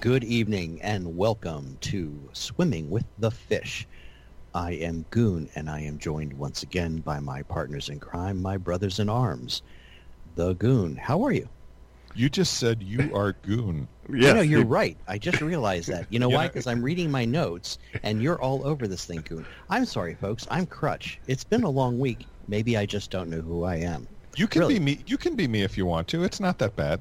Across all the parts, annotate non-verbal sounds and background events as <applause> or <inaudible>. Good evening and welcome to Swimming with the Fish. I am Goon and I am joined once again by my partners in crime, my brothers in arms. The Goon, how are you? You just <laughs> said you are goon. You know, you're right. I just realized that. You know why? Because I'm reading my notes and you're all over this thing, Goon. I'm sorry, folks. I'm Crutch. It's been a long week. Maybe I just don't know who I am. You can Really? be me. You can be me if you want to. It's not that bad.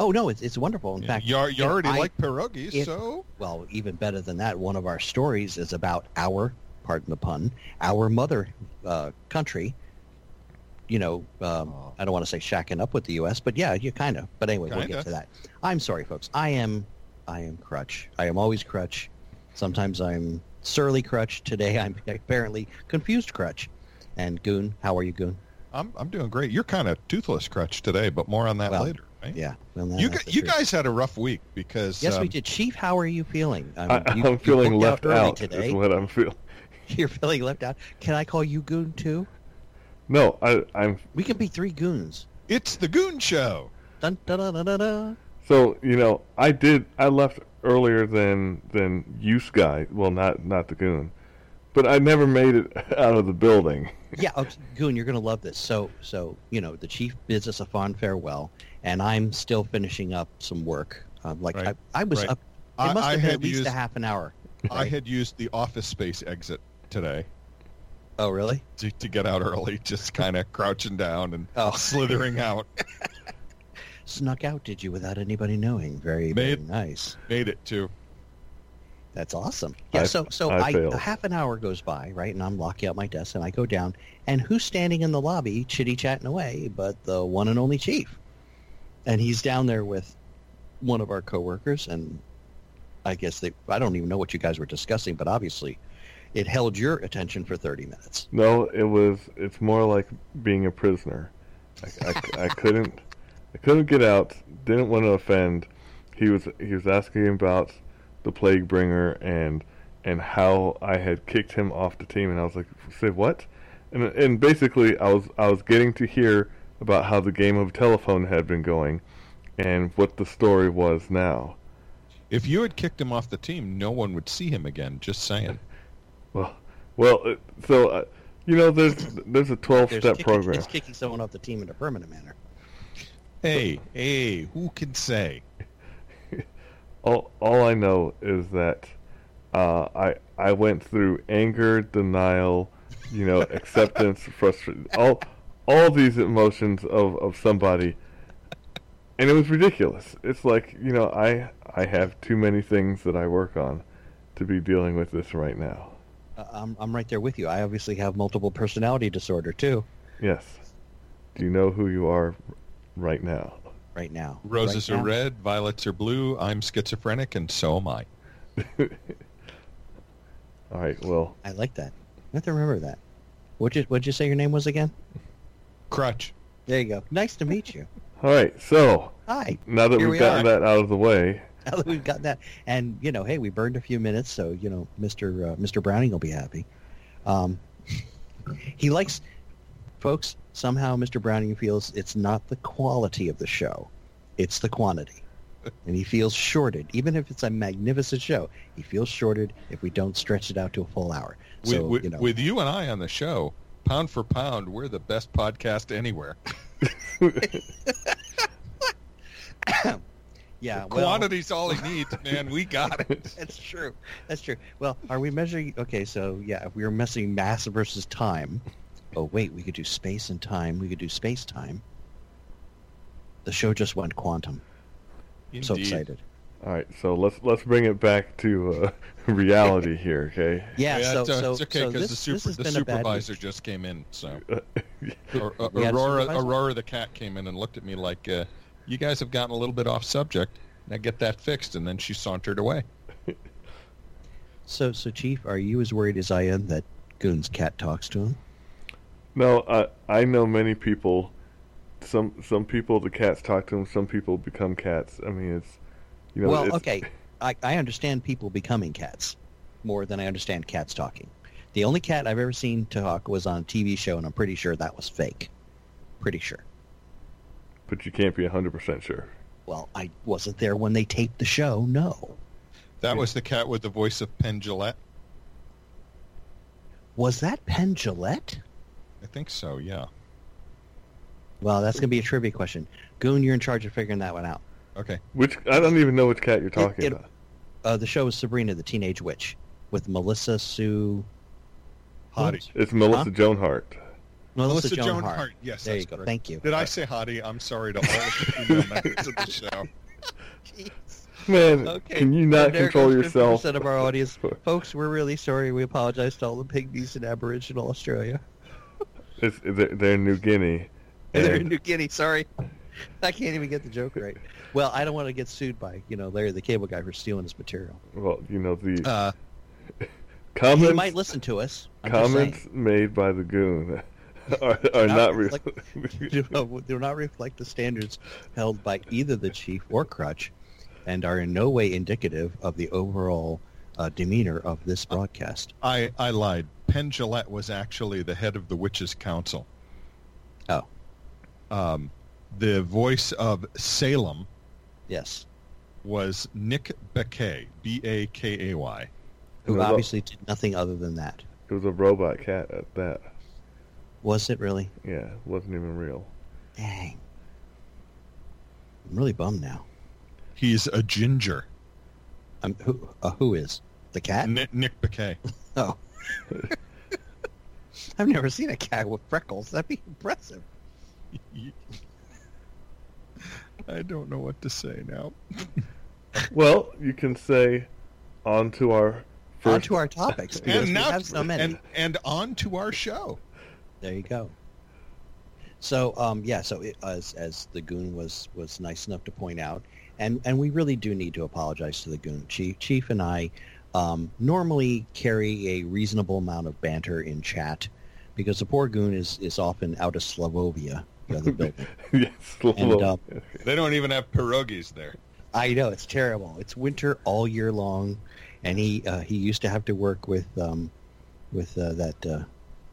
Oh, no, it's, it's wonderful. In fact, you, are, you if already I- like pierogies, if- so well, even better than that, one of our stories is about our, pardon the pun, our mother uh, country. You know, um, Oh. I don't want to say shacking up with the U.S., but yeah, you kind of. But anyway, we'll Kinda. get to that. I'm sorry, folks. I am, I am crutch. I am always crutch. Sometimes I'm surly crutch. Today I'm <laughs> apparently confused crutch. And Goon, how are you, Goon? I'm I'm doing great. You're kind of toothless crutch today, but more on that Well, later. Right? Yeah. well, You that's gu- the you truth. guys had a rough week because Yes, um, we did. Chief, how are you feeling? I I, mean, you- <laughs> I'm you feeling booked left early out. Is today. what I'm feeling. <laughs> You're feeling left out. Can I call you Goon too? No, I, I'm. We can be three goons. It's the <laughs> Goon Show. Dun, dun, dun, dun, dun, <laughs> dun. So you know, I did. I left earlier than than you, Sky. Well, not not the goon, but I never made it <laughs> out of the building. Yeah, okay, Goon, you're gonna love this. So, so you know, the chief bids us a fond farewell, and I'm still finishing up some work. Um, like Right, I, I was right. up. It I- must I have been at had least used- a half an hour. I right? had used the office space exit today Oh, really? to, to get out early, <laughs> just kind of crouching down and Oh, slithering out. <laughs> snuck out, did you, without anybody knowing? Very, Made- very nice. Made it too. That's awesome. Yeah. I- so, so I I, failed. half an hour goes by, right, and I'm locking up my desk, and I go down, and who's standing in the lobby, chitty chatting away, but the one and only chief, and he's down there with one of our coworkers, and I guess they, I don't even know what you guys were discussing, but obviously, it held your attention for 30 minutes. No, it was. It's more like being a prisoner. <laughs> I, I, I couldn't. I couldn't get out. Didn't want to offend. He was. He was asking about the plague bringer and and how I had kicked him off the team, and I was like, "Say what?" And and basically, I was I was getting to hear about how the game of telephone had been going, and what the story was now. If you had kicked him off the team, no one would see him again. Just saying. Well, well, uh, so uh, you know, there's there's a twelve There's step kicking- program. It's kicking someone off the team in a permanent manner. Hey, hey, who can say? All, all I know is that uh, I I went through anger, denial, <laughs> you know, acceptance, frustration, all all these emotions of, of somebody, and it was ridiculous. It's like you know, I I have too many things that I work on to be dealing with this right now. Uh, I'm, I'm right there with you. I obviously have multiple personality disorder too, Yes, do you know who you are right now? right now. Roses Right are now. red, violets are blue. I'm schizophrenic, and so am I. All right, well, I like that. I have to remember that. What'd you, what'd you say your name was again? Crutch. There you go. Nice to meet you. all right. So Hi. <laughs> now that Here we've we gotten are. that out of the way, Now that we've got that, and you know, hey, we burned a few minutes, so you know, Mister uh, Mister Browning will be happy. Um, <laughs> he likes, folks. Somehow, Mister Browning feels it's not the quality of the show, it's the quantity, and he feels shorted. Even if it's a magnificent show, he feels shorted if we don't stretch it out to a full hour. With, So with, you know, with you and I on the show, pound for pound, we're the best podcast anywhere. <laughs> yeah, well- Quantity's all he <laughs> needs, man. We got it. That's true. That's true. Well, are we measuring? Okay, so yeah, if we were measuring mass versus time. Oh wait, we could do space and time. We could do space time. The show just went quantum. I'm So excited. <laughs> All right, so let's let's bring it back to uh, <laughs> reality here, okay? Yeah. so, it's, uh, so, it's okay so because this, the, this super, has the been a bad week. supervisor just came in. So <laughs> Uh, Or- or- We had a Aurora, supervisor? Aurora the cat came in and looked at me like, uh, "You guys have gotten a little bit off subject. Now get that fixed." And then she sauntered away. So, so chief, are you as worried as I am that Goon's cat talks to him? no, uh, I know many people. Some some people the cats talk to them. Some people become cats. I mean, it's you know. well, it's, okay, I, I understand people becoming cats more than I understand cats talking. The only cat I've ever seen talk was on a TV show, and I'm pretty sure that was fake. Pretty sure. But you can't be hundred percent sure. Well, I wasn't there when they taped the show. No. That was the cat with the voice of Penn Gillette. Was that Penn Gillette? I think so. Yeah. Well, that's going to be a trivia question. Goon, you're in charge of figuring that one out. Okay. Which I don't even know which cat you're talking it- about. Uh, the show is Sabrina the Teenage Witch with Melissa Sue. Hottie. It's Melissa Joan Hart. Melissa, Joan, Hart. Yes. There you that's go. correct. Thank you. <laughs> Did I say hottie? I'm sorry to all of the female members of the show. Man, Okay, can you not control yourself? Percent of our audience, folks, we're really sorry. We apologize to all the pygmies in Aboriginal Australia. <laughs> It's, they're, they're in New Guinea. And <laughs> they're and- in New Guinea. Sorry, I can't even get the joke right. Well, I don't want to get sued by you know Larry the Cable Guy for stealing his material. well, you know the Uh, He comments. might listen to us. I'm just <laughs> comments made by the goon <laughs> are, are Not not, re- <laughs> saying. do, not- do not reflect the standards held by either the chief or Crutch, and are in no way indicative of the overall uh, demeanor of this broadcast. I, I lied. Penn Gillette was actually the head of the Witches' Council. Oh. Um, the voice of Salem Yes, was Nick Bakay, B-A-K-A-Y. who Well, obviously did nothing other than that. it was a robot cat at that. Was it really? Yeah, it wasn't <laughs> even real. Dang. I'm really bummed now. He's a ginger. I'm, who, uh, who is? The cat? Ni- Nick Bakay. Oh. I've never seen a cat with freckles. That'd be impressive. <laughs> I don't know what to say now. Well, you can say on to our On first to our topics. And Because we now- have so many. And, and on to our show. There you go. So um, yeah, so it, as as the goon was was nice enough to point out, and and we really do need to apologize to the goon chief. Chief and I um, normally carry a reasonable amount of banter in chat because the poor goon is is often out of Slovovia, the other building. <laughs> yes, And, <laughs> Lolo. They don't even have pierogies there. I know it's terrible. It's winter all year long, and he uh, he used to have to work with um, with uh, that uh, The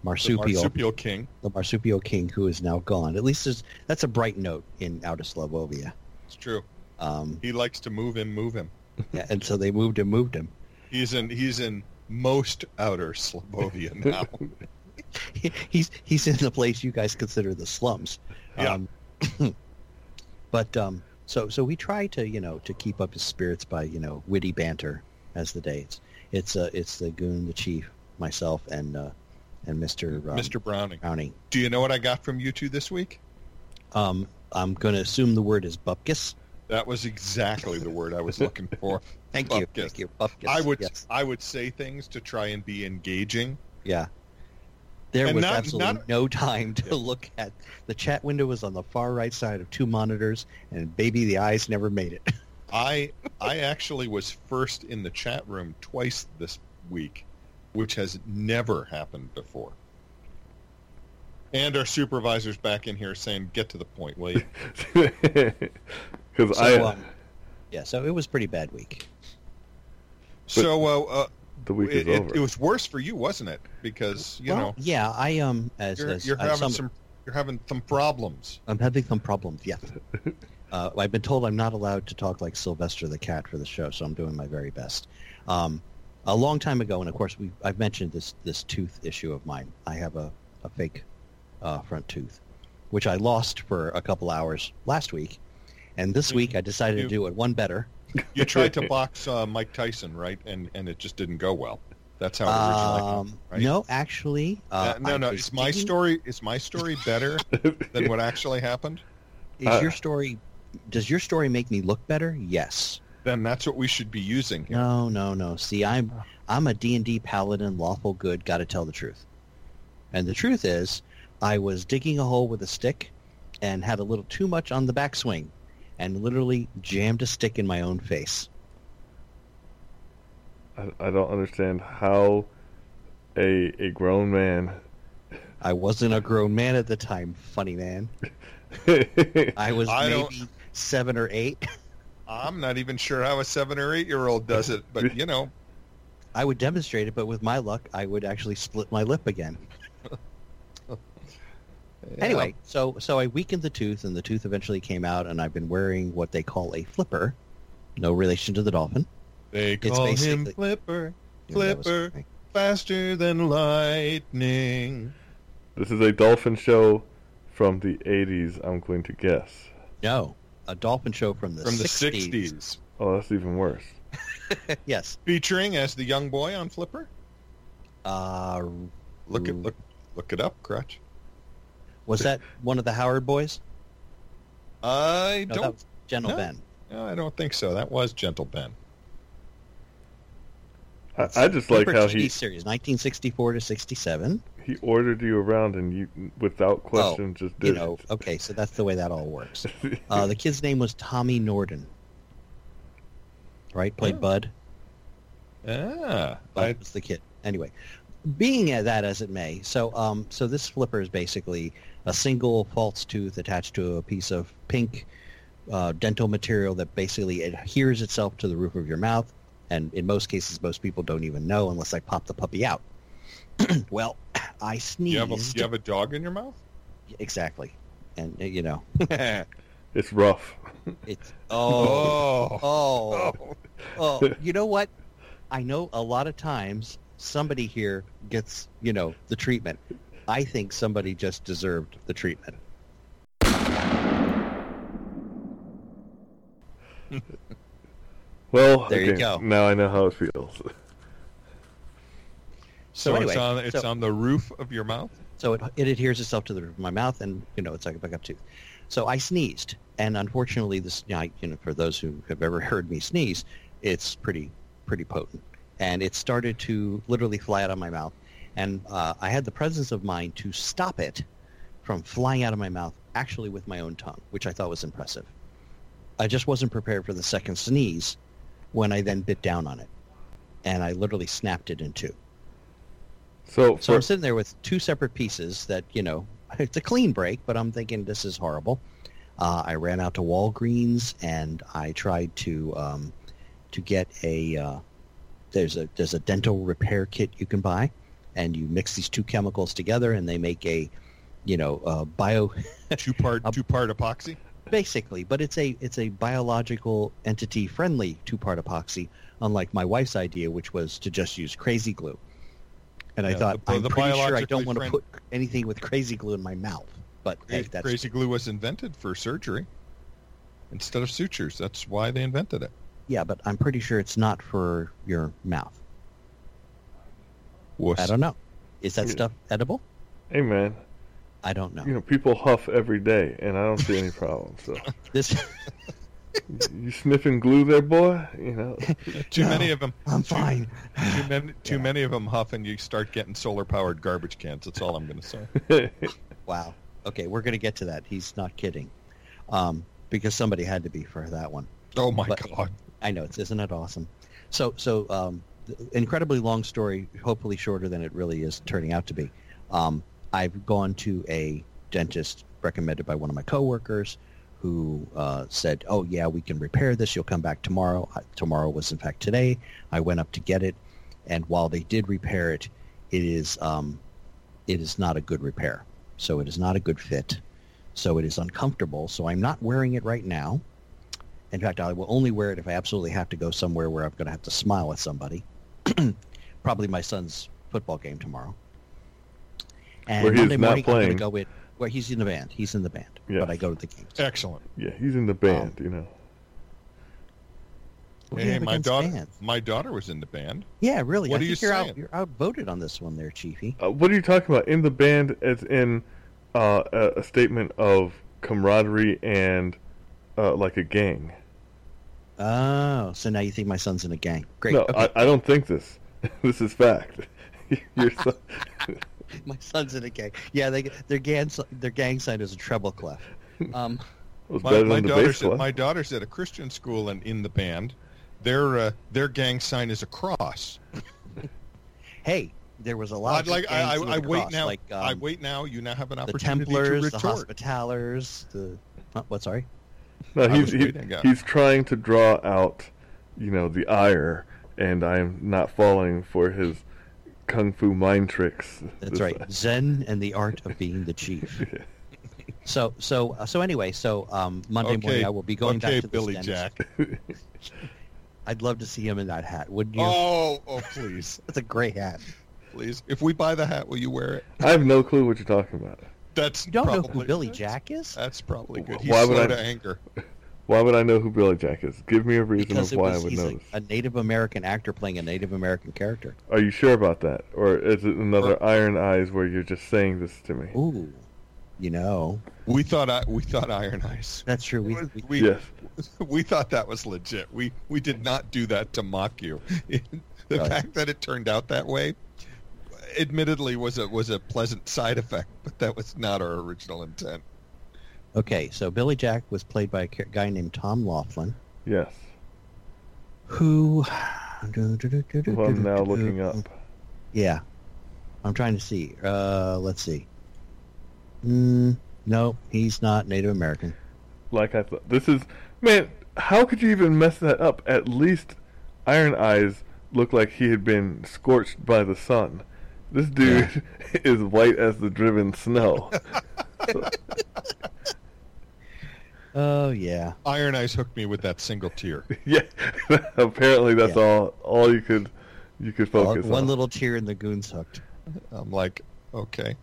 marsupial. marsupial king. the marsupial king who is now gone. At least there's, that's a bright note in Outer Slovovia. It's true. Um, He likes to move in, move him. yeah, and so they moved him, moved him. He's in he's in most <laughs> outer Slobovia now. he's he's in the place you guys consider the slums. Yeah. Um, <coughs> but um, so so we try to you know to keep up his spirits by you know witty banter as the day. It's it's uh, it's the goon, the chief, myself, and uh, and Mister um, Mr. Browning. Browning. Do you know what I got from you two this week? Um, I'm going to assume the word is bupkis. That was exactly the word I was <laughs> looking for. Thank you, Bupkis. thank you. Bupkis. I would yes. I would say things to try and be engaging. Yeah. There And was not- absolutely not- no time to Yeah. look at the chat window was on the far right side of two monitors and baby the eyes never made it. I I actually was first in the chat room twice this week, which has never happened before. And our supervisor's back in here saying, "Get to the point, <laughs> will you?" Because So, I uh, um, yeah, so it was pretty bad week. so uh, uh, the week is it, it, over. it was worse for you, wasn't it? Because you well, know yeah, I um as, you're, as you're I- having some- some you're having some problems. I'm having some problems. Yeah. Uh, I've been told I'm not allowed to talk like Sylvester the Cat for the show, so I'm doing my very best. Um, a long time ago, and of course, we I've mentioned this this tooth issue of mine. I have a a fake uh, front tooth, which I lost for a couple hours last week, and this week I decided to Hmm. You- do it one better. You tried <laughs> to box uh, Mike Tyson, right? And and it just didn't go well. That's how it originally. Um, right? No, actually, uh, Uh, no, I no. was Is my thinking- story is my story better <laughs> than what actually happened? Is Uh, your story? Does your story make me look better? Yes. Then that's what we should be using here. No, no, no. See, I'm I'm a D&D paladin, lawful good, got to tell the truth. And the truth is, I was digging a hole with a stick and had a little too much on the backswing and literally jammed a stick in my own face. I, I don't understand how a a grown man. <laughs> <laughs> I wasn't a grown man at the time, funny man. I was I don't- maybe 7 or 8. I'm not even sure how a seven or eight year old does it, but you know, <laughs> I would demonstrate it, but with my luck, I would actually split my lip again. Yeah. <laughs> Anyway, so so I weakened the tooth, and the tooth eventually came out, and I've been wearing what they call a flipper, no relation to the dolphin. they it's call him basically- Flipper, You know, that was- Flipper. faster than lightning. This is a dolphin show from the 80s, I'm going to guess. No, a dolphin show from the From the 60s. 60s. Oh, that's even worse. <laughs> Yes. Featuring as the young boy on Flipper. Uh, Look it Ooh. look look it up, Crutch. was that one of the Howard boys? I No, that don't was Gentle no. Ben. no, I don't think so. That was Gentle Ben. I, I just like Flipper how TV he, series, 1964 to 67. he ordered you around and you, without question, just did You know, it. okay, so that's the way that all works. <laughs> Uh, the kid's name was Tommy Norden. Right, played Yeah. Bud. Ah, Bud I, was the kid. Anyway, being at that as it may, so um, so this flipper is basically a single false tooth attached to a piece of pink uh, dental material that basically adheres itself to the roof of your mouth, and in most cases, most people don't even know unless I pop the puppy out. <clears throat> well, I sneezed. you have a you have a dog in your mouth? Exactly, and uh, you know It's rough. it's <laughs> oh. Oh, Oh. oh, you know what? I know a lot of times somebody here gets, you know, the treatment. I think somebody just deserved the treatment. Well, There you okay, go. now I know how it feels. <laughs> So, So anyway, it's on it's so- on the roof of <laughs> your mouth. So it, it adheres itself to the roof of my mouth, and you know, it's like a backup tooth. So I sneezed, and unfortunately, this you know, I- you know, for those who have ever <laughs> heard me sneeze, it's pretty pretty potent, and it started to literally fly out of my mouth, and uh, I had the presence of mind to stop it from flying out of my mouth, actually with my own tongue, which I thought was impressive. I just wasn't prepared for the second sneeze, when I then bit down on it, and I literally snapped it in two. So, So I'm for, sitting there with two separate pieces that, you know, <laughs> it's a clean break, but I'm thinking this is horrible. Uh, I ran out to Walgreens and I tried to um, to get a uh, there's a there's a dental repair kit you can buy, and you mix these two chemicals together and they make a you know a bio Two part Um, two part epoxy. basically, but it's a it's a biological entity friendly two part epoxy, unlike my wife's idea, which was to just use crazy glue. And I Yeah, thought the- I'm the pretty sure I biologically don't want friend- to put anything with crazy glue in my mouth. But hey, Cra- that's Crazy glue was invented for surgery instead of sutures. That's why they invented it. yeah, but I'm pretty sure it's not for your mouth. Wuss. I don't know. Is that Yeah. stuff edible? hey man, I don't know. you know people huff every day, and I don't see any problem. <laughs> So, This you sniffing glue there, boy? You know, Too No. many of them. I'm too- <laughs> fine. Too <laughs> many, too Yeah. many of them huff, and you start getting solar powered garbage cans. That's all I'm going to <laughs> say. Wow. Okay, we're gonna get to that. He's not kidding, um, because somebody had to be for that one. Oh my But- god! I know it's isn't it awesome? So so um, th- incredibly long story, hopefully shorter than it really is turning out to be. Um, I've gone to a dentist recommended by one of my coworkers, who uh, said, "Oh yeah, we can repair this. You'll come back tomorrow." I, tomorrow was in fact today. I went up to get it, and while they did repair it, it is um, it is not a good repair. So it is not a good fit. So it is uncomfortable. So I'm not wearing it right now. In fact, I will only wear it if I absolutely have to go somewhere where I'm going to have to smile at somebody. <clears throat> Probably my son's football game tomorrow. And Where he is Monday not morning, I'm playing. going to go with where he's in the band. He's in the band, Yes. but I go to the game. Excellent. <laughs> yeah, he's in the band. Um, you know, What do you Hey, have my against daughter, bands? my daughter was in the band. Yeah, really. What I are you think you're saying? out, you're outvoted on this one, there, Chiefy. uh, what are you talking about? In the band, as in uh, a, a statement of camaraderie and uh, like a gang. Oh, so now you think my son's in a gang? Great. No, okay. I, I don't think this. <laughs> this is fact. <laughs> Your son, <laughs> my son's in a gang. Yeah, they their gang their gang sign is a treble <laughs> clef. Um, was My, better my than the bass daughter's player. at, my daughter's at a Christian school and in the band. Their uh, their gang sign is a cross. hey, there was a lot. I'd of like I, I, gangs with I the wait cross, now. Like um, I wait now. You now have an the opportunity to Templars, the retort. Hospitallers, the huh, what? Sorry. No, I he's was he, reading, yeah. he's trying to draw out, you know, the ire, and I am not falling for his kung fu mind tricks. That's right. Zen and the art of being the <laughs> chief. So so uh, so anyway, so um, Monday morning I will be going okay, back to the Billy dentist. Jack. <laughs> I'd love to see him in that hat, wouldn't you? <laughs> Oh, oh, please, That's a great hat. please. If we buy the hat, will you wear it? I have no clue what you're talking about. That's You don't probably, know who Billy Jack is? Uh, That's probably good. Wh- He's why would slow I- to anger. Why would I know who Billy Jack is? Give me a reason because of it why was, I would he's know. a, this. a Native American actor playing a Native American character. Are you sure about that, or is it another Iron Eyes where you're just saying this to me? Ooh, you know We thought I, we thought Iron Eyes. that's true. We, we- We, yes. <laughs> we thought that was legit. We we did not do that to mock you. <laughs> the Right. fact that it turned out that way, admittedly, was a was a pleasant side effect, but that was not our original intent. okay, so Billy Jack was played by a ca- guy named Tom Laughlin, Yes. who. <sighs> Who I'm now uh, looking um, up. Yeah, I'm trying to see. Uh, let's see. Mm, no, he's not Native American. Like I thought. This is man. How could you even mess that up? At least Iron Eyes looked like he had been scorched by the sun. This dude <laughs> is white as the <laughs> driven snow. <laughs> Oh yeah, Iron Eyes hooked me with that single tear. yeah. <laughs> Apparently, that's Yeah. all all you could you could focus one on. little tear in the goons hooked. I'm like, okay,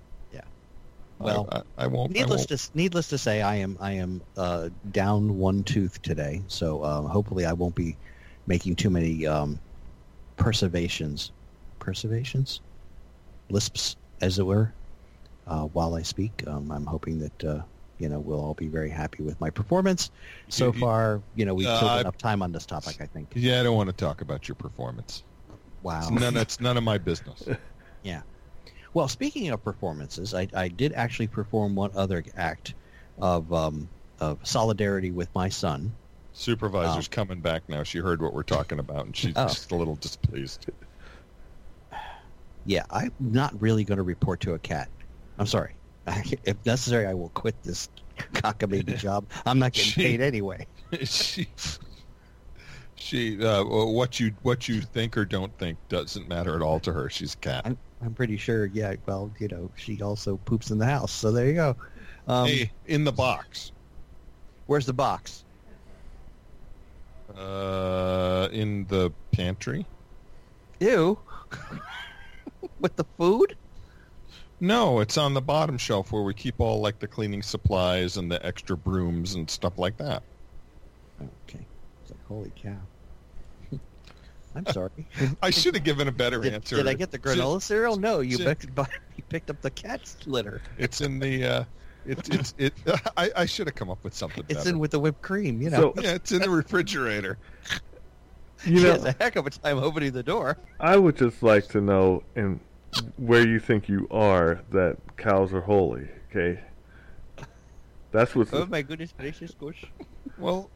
I- Well, I, I won't. I Needless won't. to needless to say, I am I am uh, down one tooth today, so um, hopefully I won't be making too many um, perservations, perservations, lisps, as it were, uh, while I speak. Um, I'm hoping that uh, you know we'll all be very happy with my performance. So You- you- far, you know we've Uh, killed I- enough time on this topic. I think. Yeah, I don't want to talk about your performance. Wow. It's none, it's none of my business. <laughs> Well, speaking of performances, I, I did actually perform one other act of um, of solidarity with my son. Supervisor's coming back now. She heard what we're talking about, and she's Oh. just a little displeased. Yeah, I'm not really going to report to a cat. I'm sorry. if necessary, I will quit this <laughs> <laughs> cockamamie job. I'm not getting She- paid anyway. she, she, uh, what you what you think or don't think doesn't matter at all to her. She's a cat. I'm, I'm pretty sure. Yeah. Well, you know, she also poops in the house, so there you go. Um, hey, in the box. Where's the box? Uh, in the pantry. Ew. <laughs> with the food? No, it's on the bottom shelf where we keep all like the cleaning supplies and the extra brooms and stuff like that. Okay. It's like holy cow. <laughs> I'm sorry. I should have given a better Did, answer. did I get the granola cereal? No, you <laughs> Ju- picked, you picked up the cat's litter. It's in the. Uh, it's it's it. <laughs> I, I should have come up with something. It's better. in with the whipped cream, you know. So Yeah, it's in the refrigerator. <laughs> you she know, has a heck of a time opening the door. I would just like to know in where you think you are that cows are holy. Okay, that's what's Oh my goodness gracious, gosh. Well,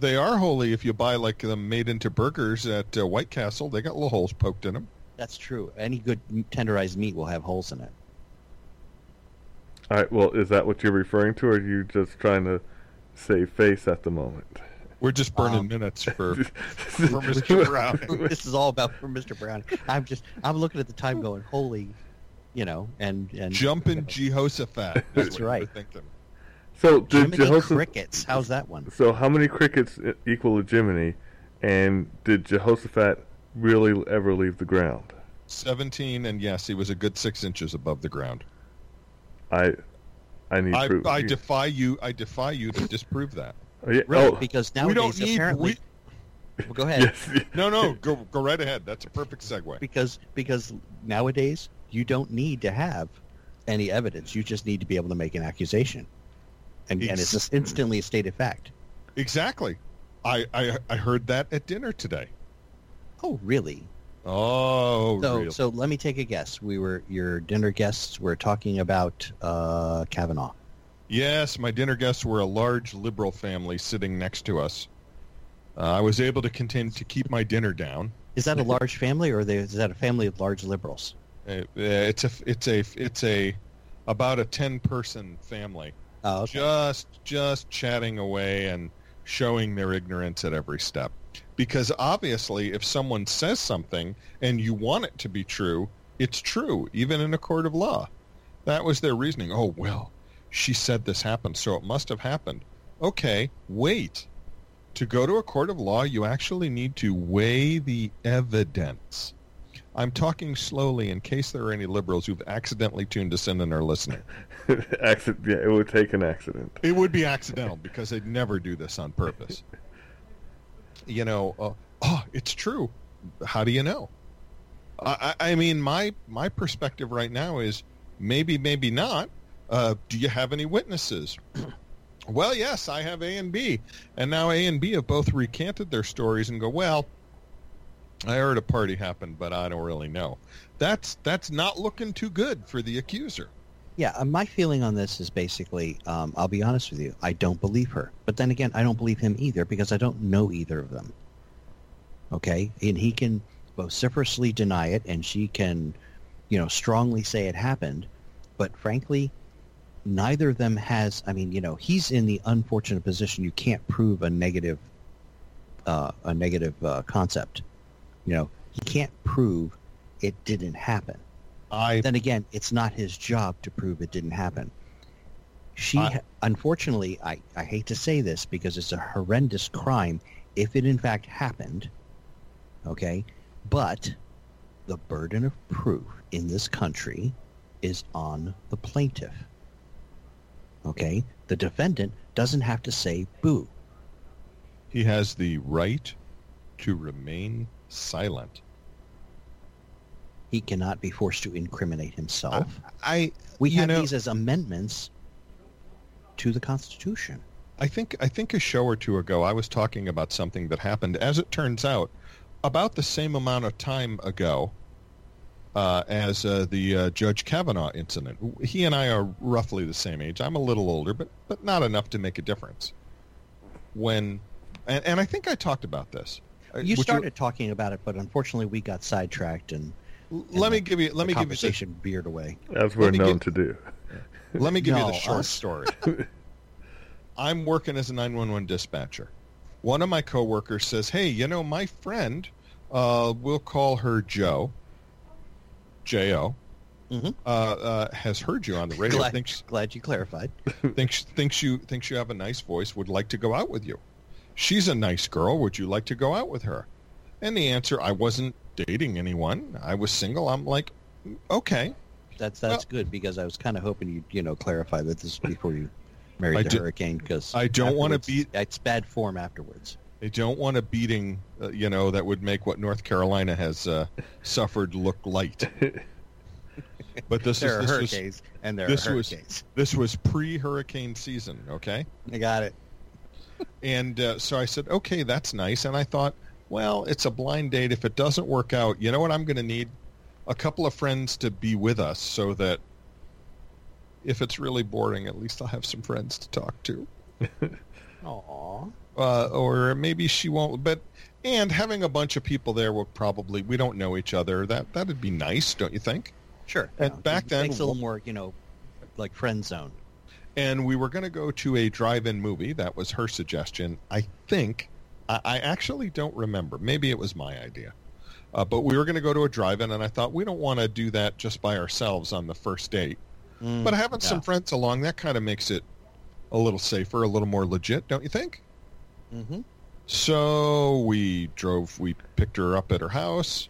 they are holy if you buy like them made into burgers at uh, White Castle. They got little holes poked in them. That's true. Any good tenderized meat will have holes in it. <laughs> all right. Well, is that what you're referring to, or are you just trying to save face at <laughs> the moment? We're just burning Um, <laughs> minutes for for <laughs> Mr. Brown. this is all about for Mr. Brown. I'm just I'm looking at the time going, holy, you know, and and Jumping Jehoshaphat. is That's what you were right. Thinking. so did Jiminy Jehoshaphat? crickets. How's that one? So how many crickets e- equal a Jiminy, and did Jehoshaphat really ever leave the ground? Seventeen, and yes, he was a good six inches above the ground. I, I need I, proof. I You- defy you. I defy you to disprove that. oh, yeah, Really? oh, because we nowadays don't need. apparently We, well, go ahead. <laughs> yes, <laughs> <laughs> no, no. Go go right ahead. That's a perfect segue. Because because nowadays you don't need to have any evidence. You just need to be able to make an accusation. And, and it's just instantly a stated fact. Exactly. I I, I heard that at dinner today. Oh, really? Oh, So, really? so let me take a guess. We were your dinner guests were talking about uh, Kavanaugh. Yes, my dinner guests were a large liberal family sitting next to us. Uh, I was able to contend to keep my dinner down. Is that a large family, or they, is that a family of large liberals? Uh, it's a it's a it's a about a ten person family, Oh, okay. just just chatting away and showing their ignorance at every step. because obviously if someone says something and you want it to be true it's true even in a court of law that was their reasoning oh well she said this happened so it must have happened okay wait to go to a court of law you actually need to weigh the evidence i'm talking slowly in case there are any liberals who've accidentally tuned us in and are listening accident. Yeah, it would take an accident. it would be accidental because they'd never do this on purpose. You know, uh, oh, it's true. How do you know? I, I I mean, my my perspective right now is maybe, maybe not. Uh, do you have any witnesses? <clears throat> well, yes, I have A and B, and now A and B have both recanted their stories and go, well, I heard a party happened, but I don't really know. That's that's not looking too good for the accuser. Yeah, uh, my feeling on this is basically, um, I'll be honest with you, I don't believe her. But then again, I don't believe him either because I don't know either of them. Okay, and he can vociferously deny it, and she can, you know, strongly say it happened. But frankly, neither of them has. I mean, you know, he's in the unfortunate position you can't prove a negative, uh, a negative uh, concept. You know, he can't prove it didn't happen I then again, it's not his job to prove it didn't happen. She, I- unfortunately, I, I hate to say this because it's a horrendous crime if it in fact happened, okay? But the burden of proof in this country is on the plaintiff, okay? The defendant doesn't have to say boo. He has the right to remain silent. He cannot be forced to incriminate himself. I we you have know- these as amendments to the Constitution. I think I think a show or two ago I was talking about something that happened as it turns out about the same amount of time ago uh, as uh, the uh, Judge Kavanaugh incident. He and I are roughly the same age. I'm a little older, but but not enough to make a difference. When and, and I think I talked about this. Uh, You would started talking about it, but unfortunately we got sidetracked and let me the- give you let the me give you the conversation veered away. As we're Let me known get- to do. Let me give you No, the short us. story. I'm working as a 911 dispatcher. One of my coworkers says, "Hey, you know, my friend, uh, we'll call her Joe. J.O. Mhm. Uh, uh, has heard you on the radio. Glad, thinks glad you clarified. thinks thinks you thinks you have a nice voice. Would like to go out with you. She's a nice girl. Would you like to go out with her?" And the answer, I wasn't dating anyone. I was single. I'm like, okay. That's that's good because I was kind of hoping you would you know clarify that this is before you married I the do- hurricane because I don't wanna be- It's bad form afterwards. They don't want a beating, uh, you know, that would make what North Carolina has uh, suffered look light. But this there is are this was, hurricanes and there this are was- hurricanes. <laughs> this was pre-hurricane season, okay? I got it. And uh, so I said, okay, that's nice. And I thought, well, it's a blind date. If it doesn't work out, you know what I'm going to need? A couple of friends to be with us so that if it's really boring, at least I'll have some friends to talk to. Aww. uh, or maybe she won't. But and having a bunch of people there will probably we don't know each other. That that'd be nice, don't you think? Sure. And you know, back it then- makes it a little more you know like friend zone. And we were going to go to a drive-in movie. That was her suggestion. I think I, I actually don't remember. Maybe it was my idea. Uh, but we were going to go to a drive-in, and I thought we don't want to do that just by ourselves on the first date. Mm, But having some yeah. friends along that kind of makes it a little safer, a little more legit, don't you think? Mhm. So we drove, we picked her up at her house.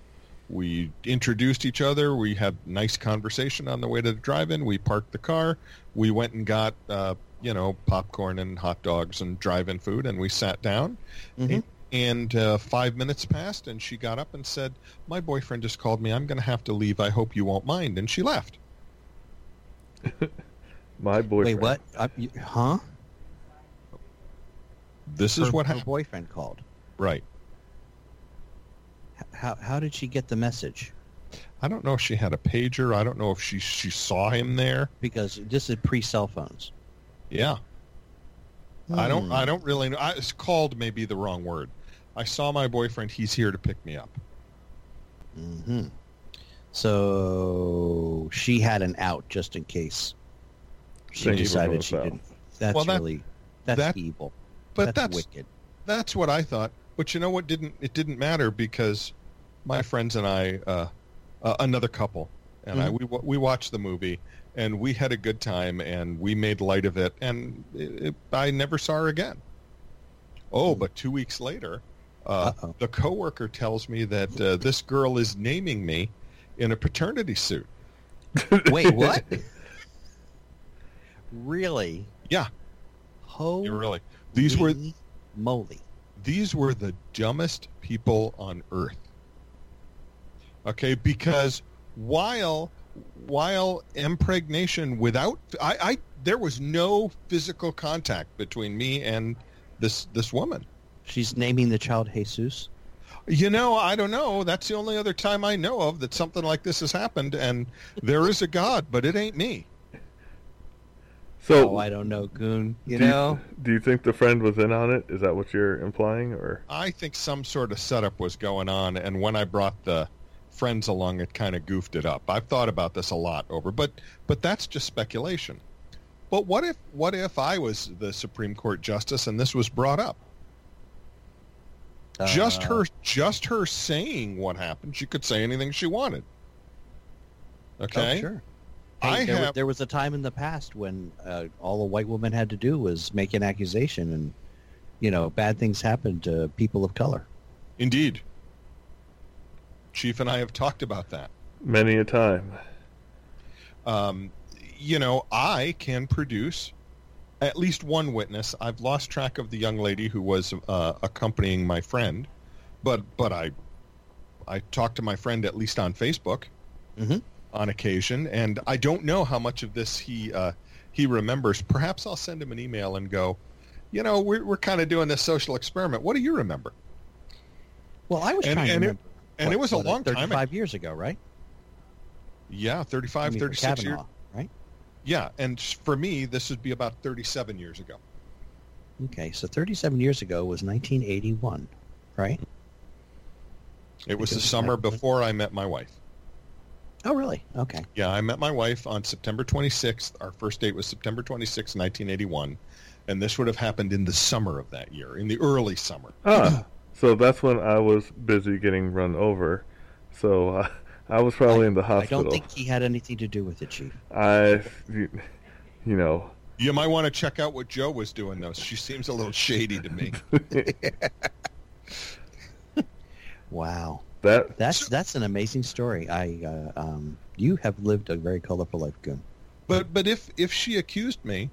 We introduced each other. We had nice conversation on the way to the drive-in. We parked the car. We went and got, uh, you know, popcorn and hot dogs and drive-in food, and we sat down. Mhm. And uh, five minutes passed, and she got up and said, "My boyfriend just called me. I'm going to have to leave. I hope you won't mind." And she left. My Wait, boyfriend. what? Uh, you, huh? This Her- is what her happened. boyfriend called. Right. H- How how did she get the message? I don't know if she had a pager. I don't know if she she saw him there. Because this is pre cell phones. Yeah. I don't. Hmm. I don't really know. I, it's called may be the wrong word. I saw my boyfriend. He's here to pick me up. hmm So she had an out just in case she Thank you for decided going she south. didn't. That's Well, that- really that's that- evil. But that's wicked. that's what I thought. But you know what? Didn't it didn't matter because my friends and I, uh, uh, another couple, and I, we wa- we watched the movie and we had a good time and we made light of it and it, it, I never saw her again. Oh, but two weeks later, uh, Uh-oh. the coworker tells me that uh, this girl is naming me in a paternity suit. <laughs> Wait, what? really? Yeah. Holy You really? These were moly. these were the dumbest people on earth. Okay, because while while impregnation without I, I there was no physical contact between me and this this woman. She's naming the child Jesus. You know, I don't know. That's the only other time I know of that something like this has happened and there is a God, but it ain't me. So Oh, I don't know, Goon. You do know, do you think the friend was in on it? Is that what you're implying, or I think some sort of setup was going on, and when I brought the friends along, it kind of goofed it up. I've thought about this a lot over, but but that's just speculation. But what if what if I was the Supreme Court justice and this was brought up? just Uh, her just her saying what happened, she could say anything she wanted. Okay, Oh, sure. Hey, I there, was, have there was a time in the past when uh, all a white woman had to do was make an accusation, and you know, bad things happened to people of color. indeed. Chief and I have talked about that. many a time? um, you know, I can produce at least one witness. I've lost track of the young lady who was uh, accompanying my friend, but but I I talked to my friend at least on Facebook Mm-hmm. Mhm. on occasion, and I don't know how much of this he uh, he remembers. Perhaps I'll send him an email and go, you know, we're we're kind of doing this social experiment. What do you remember? Well, I was And- trying to and it- remember, And it was a long time. thirty-five years ago, right? Yeah, 35, 36 years. right? Yeah, and for me, this would be about 37 years ago. Okay, so thirty-seven years ago was nineteen eighty-one, right? It was the Because I- summer before I met my wife. Oh, really? Okay. Yeah, I met my wife on September 26th. Our first date was September 26th, 1981. And this would have happened in the summer of that year, in the early summer. Ah, so that's when I was busy getting run over. So uh, I was probably in the I hospital. don't think he had anything to do with it, Chief. I, you, you know, You might want to check out what Joe was doing, though. She seems a little shady to me. Wow, that <laughs> that's that's an amazing story. I, uh, um, you have lived a very colorful life, Goon. But but if if she accused me,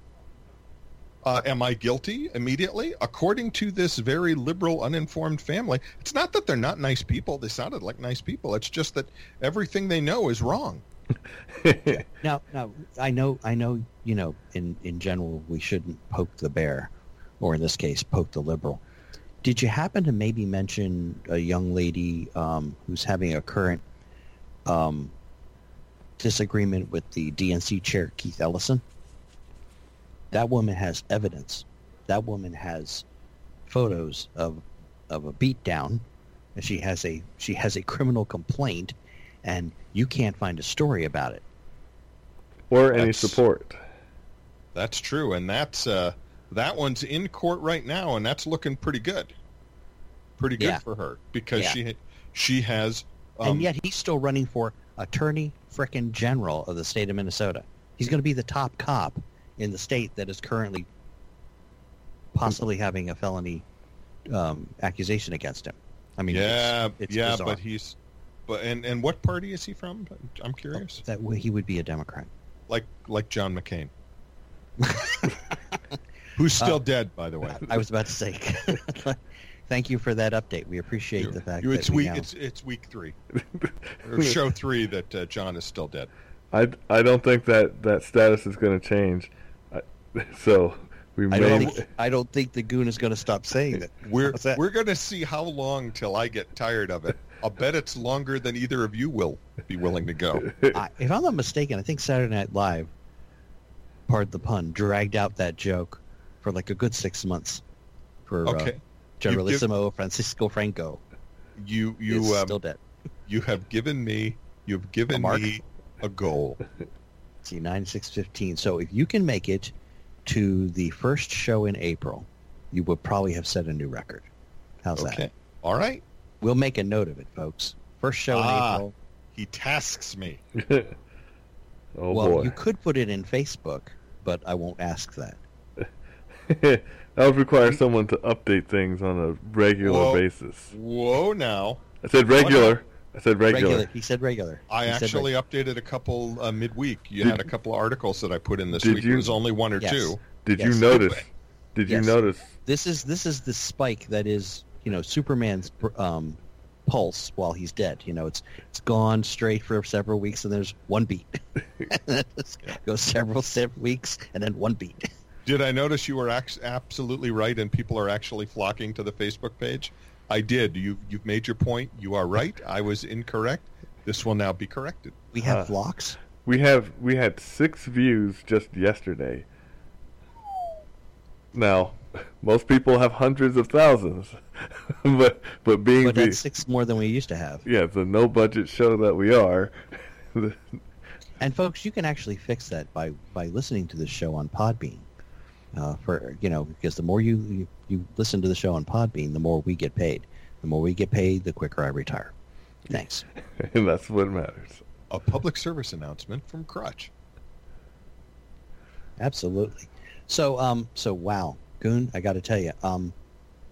uh, am I guilty immediately? According to this very liberal, uninformed family, it's not that they're not nice people. They sounded like nice people. It's just that everything they know is wrong. Now, now, I know, I know, you know, in, in general, we shouldn't poke the bear, or in this case, poke the liberal. Did you happen to maybe mention a young lady um, who's having a current um, disagreement with the DNC chair, Keith Ellison? That woman has evidence. That woman has photos of of a beatdown, and she has a she has a criminal complaint, and you can't find a story about it. or any That's- support. That's true, and that's uh, that one's in court right now, and that's looking pretty good, pretty good Yeah. for her because Yeah. she she has um, and yet he's still running for attorney frickin' general of the state of Minnesota. He's going to be the top cop in the state that is currently possibly having a felony um, accusation against him. I mean, it's- yeah it's yeah, bizarre. but he's but and and what party is he from? I'm curious. that way he would be a Democrat. Like like <laughs> John McCain, who's still dead, by the way. Uh, I was about to say, <laughs> thank you for that update. We appreciate You- the fact you- that it's we week now- it's it's week three <laughs> or show three that uh, John is still dead. I, I don't think that that status is going to change. I, <laughs> so we I may don't think I don't think the goon is going to stop saying that. We're How's that? we're gonna see how long till I get tired of <laughs> it. I'll bet it's longer than either of you will be willing <laughs> to go. I, if I'm not mistaken, I think Saturday Night Live, pardon the pun, dragged out that joke for like a good six months for uh, Okay, Generalissimo Francisco Franco. you is you um, still dead. you have given me you've A given mark? me a goal. See, 9615. So if you can make it to the first show in April, you will probably have set a new record. How's Okay. that? All right. We'll make a note of it, folks. First show in Ah, April. He tasks me. <laughs> oh well, boy. you could put it in Facebook, but I won't ask that. <laughs> that would require someone to update things on a regular Whoa. basis. Whoa, now. I said regular. I said regular. He said regular. I He said actually updated a couple uh, midweek. You Did- had a couple articles that I put in this Did week. you- It was only one or Yes. two. Did Yes. you notice? Did Yes. you notice? this is this is the spike that is you know Superman's um, pulse while he's dead. You know, it's it's gone straight for several weeks, and there's one beat. <laughs> Goes several se- weeks, and then one beat. Did I notice you were ax- absolutely right and people are actually flocking to the Facebook page? I did. You, you've made your point. You are right. I was incorrect. This will now be corrected. We have Huh. blocks. We have we had six views just yesterday. Now, most people have hundreds of thousands, <laughs> but but being but the, that's six more than we used to have. yeah the no budget show that we are, <laughs> the- And folks, you can actually fix that by by listening to this show on Podbean. Uh, for you know, because the more you, you you listen to the show on Podbean, the more we get paid. The more we get paid, the quicker I retire. Thanks. and that's what matters. A public service announcement from Crutch. Absolutely. So, um, so wow, Goon, I got to tell you, um,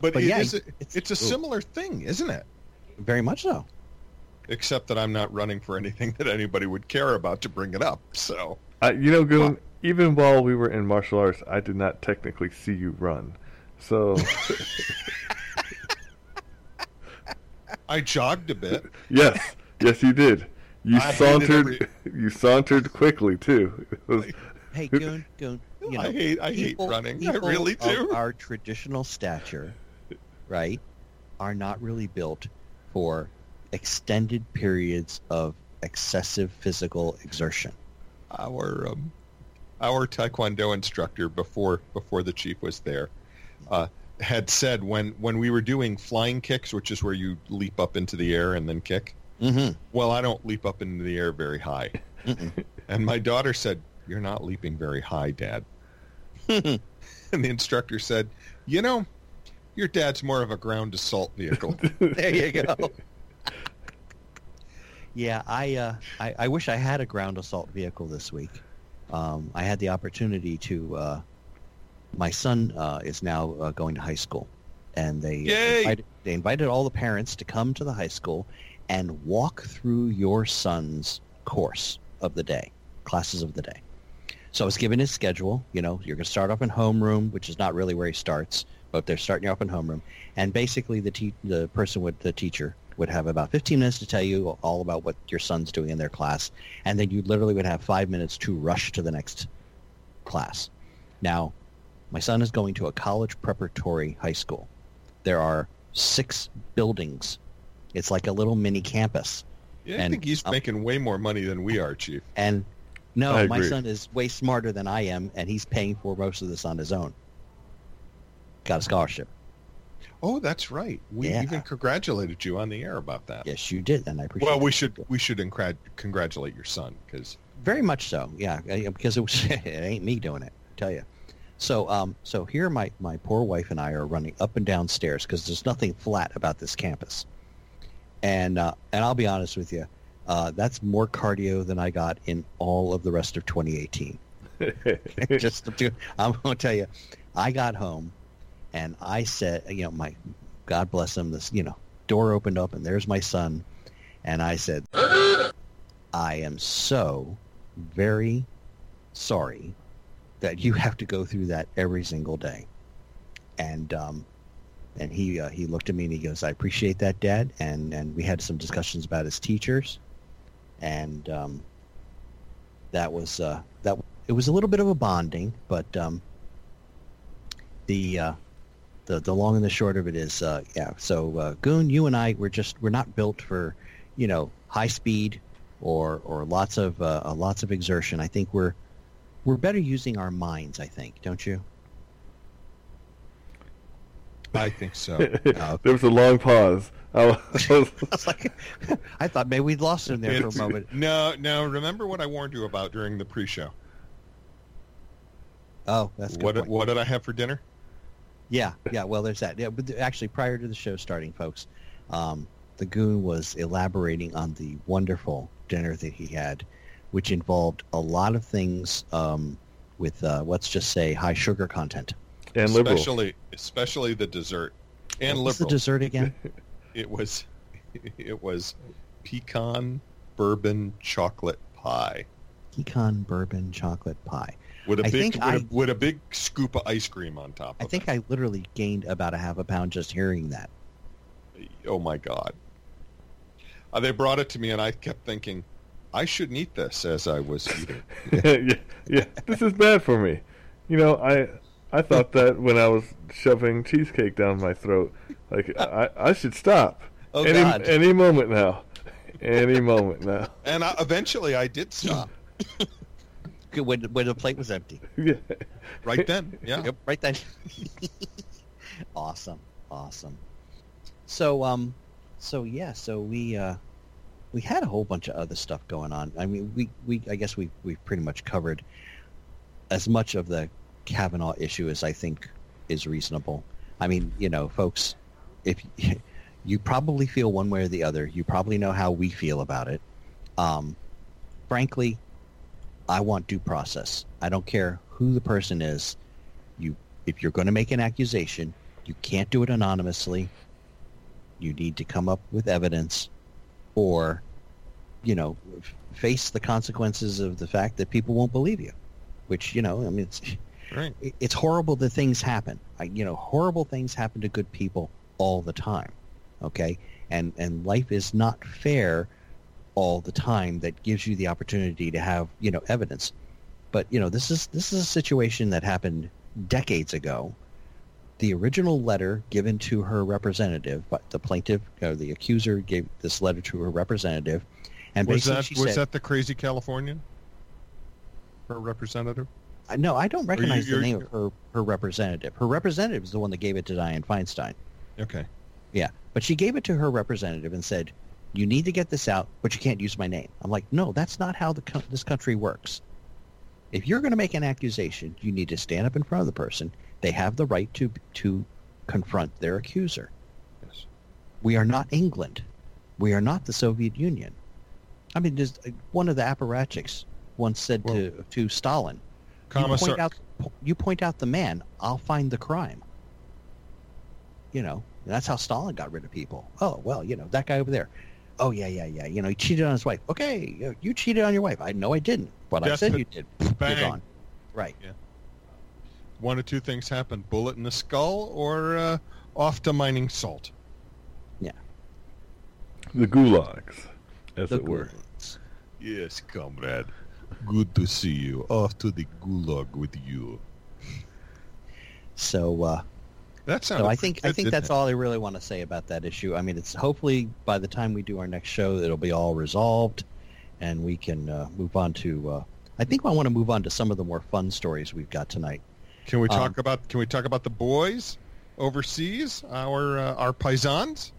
But, But it yeah, is a- it's- it's, a ooh. similar thing, isn't it? very much so. Except that I'm not running for anything <laughs> that anybody would care about to bring it up. So I, you know, Goon. Even while we were in martial arts, I did not technically see you run. <laughs> So I jogged a bit. yes, yes, you did. You I hated sauntered. <laughs> You sauntered quickly too. <laughs> It was- Hey, Goon, Goon, <laughs> you know, I hate I hate people- running. I people really do. Of our traditional stature, right, are not really built for extended periods of excessive physical exertion. our um, our taekwondo instructor before before the chief was there uh, had said when when we were doing flying kicks, which is where you leap up into the air and then kick. Mm-hmm. Well, I don't leap up into the air very high. <laughs> And my daughter said, "You're not leaping very <laughs> high, Dad." <laughs> and the instructor said, "You know, your dad's more of a ground assault <laughs> vehicle." there you go. yeah, I, uh, I I wish I had a ground assault vehicle this week. Um, I had the opportunity to. Uh, my son uh, is now uh, going to high school, and they uh, Yay! invited, they invited all the parents to come to the high school and walk through your son's course of the day, classes of the day. So I was given his schedule. You know, you're going to start off in homeroom, which is not really where he starts, but they're starting you off in homeroom. And basically, the te- the person with the teacher would have about 15 minutes to tell you all about what your son's doing in their class, and then you literally would have five minutes to rush to the next class. Now, my son is going to a college preparatory high school. There are six buildings. It's like a little mini campus. Yeah, I And- think he's um, making way more money than we are, Chief. And I no, my agree. son is way smarter than I am, and he's paying for most of this on his own. Got a scholarship. Oh, that's right. We Yeah. even congratulated you on the air about that. Yes, you did, and I appreciate. Well, it. we should we should incra- congratulate your son because very much so. Yeah, I- because it, was, <laughs> it ain't me doing it. I tell you. So, um, so here my my poor wife and I are running up and down stairs because there's nothing flat about this campus, and uh, and I'll be honest with you, uh, that's more cardio than I got in all of the rest of 2018. <laughs> just to do, I'm going to tell you, I got home and I said, you know, my God bless him. This, you know, door opened up and there's my son, and I said, I am so very sorry that you have to go through that every single day. And um, and he uh, he looked at me and he goes, I appreciate that, Dad. And and we had some discussions about his teachers, and um, that was uh, that it was a little bit of a bonding, but um, the uh, the the long and the short of it is, uh, yeah. So uh, Goon, you and I, we're just we're not built for, you know, high speed or or lots of uh, uh, lots of exertion. I think we're we're better using our minds. I think, don't you? <laughs> I <laughs> think so. oh. there was a long pause. I was, I was- I was like, <laughs> I thought maybe we'd lost him there for a It's- moment. No, no. Remember what I warned you about during the pre-show. Oh, that's a good. what point. what did I have for dinner? Yeah, yeah. Well, there's that. Yeah, but th- actually, prior to the show starting, folks, um, the goon was elaborating on the wonderful dinner that he had, which involved a lot of things um, with uh, let's just say high sugar content. and liberal. especially especially the dessert and What's liberal. the dessert again? it was <laughs> it was pecan bourbon chocolate pie Pecan bourbon chocolate pie. with a I big think with, I- a, with a big scoop of ice cream on top. I Of think it. I literally gained about a half a pound just hearing that. Oh my god! Uh, they brought it to me, and I kept thinking, I shouldn't eat this as I was eating. <laughs> yeah, yeah, this is bad for me. You know, I I thought that when I was shoving cheesecake down my throat, like I, I should stop. Oh, any, God. Any moment now. <laughs> Any moment now. <laughs> and I, eventually, I did stop When when the plate was empty. Yeah. right then. Yeah. Yep, right then. <laughs> awesome, awesome. So um, so yeah, so we uh, we had a whole bunch of other stuff going on. I mean, we we I guess we we pretty much covered as much of the Kavanaugh issue as I think is reasonable. I mean, you know, folks, if <laughs> you probably feel one way or the other, you probably know how we feel about it. Um, frankly, I want due process. I don't care who the person is. You, if you're going to make an accusation, you can't do it anonymously. You need to come up with evidence, or, you know, f- face the consequences of the fact that people won't believe you. Which you know, I mean, it's Right. it- it's horrible that things happen. I, you know, horrible things happen to good people all the time. Okay, and and life is not fair all the time. That gives you the opportunity to have you know evidence. But you know, this is this is a situation that happened decades ago. The original letter given to her representative, but the plaintiff or the accuser gave this letter to her representative, and Was basically that she was said, that the crazy Californian? Her representative. I- No, I don't you- recognize the you're- name of her, her representative. Her representative is the one that gave it to Diane Feinstein. Okay. Yeah. But she gave it to her representative and said, you need to get this out, but you can't use my name. I'm like, no, that's not how the co- this country works. If you're going to make an accusation, you need to stand up in front of the person. They have the right to, to confront their accuser. Yes. We are not England. We are not the Soviet Union. I mean, just uh, one of the apparatchiks once said to, to Stalin, you Commissar. point, out, you point out the man, I'll find the crime. You know, and that's how Stalin got rid of people. Oh, well, you know, that guy over there. Oh, yeah, yeah, yeah. You know, he cheated on his wife. Okay, you- you cheated on your wife. I know I didn't, but I Death said pe- you did. bang. You're gone. Right. One or two things happen: bullet in the skull, or uh, off to mining salt. The gulags, as The it were. gulags. Yes, comrade. Good to see you. Off to the gulag with you. So, uh, That sounds. so I think I think that's all I really want to say about that issue. I mean, it's hopefully by the time we do our next show, it'll be all resolved, and we can uh, move on to. Uh, I think I want to move on to some of the more fun stories we've got tonight. Can we talk um, about? Can we talk about the boys overseas? Our uh, <laughs> our paisans.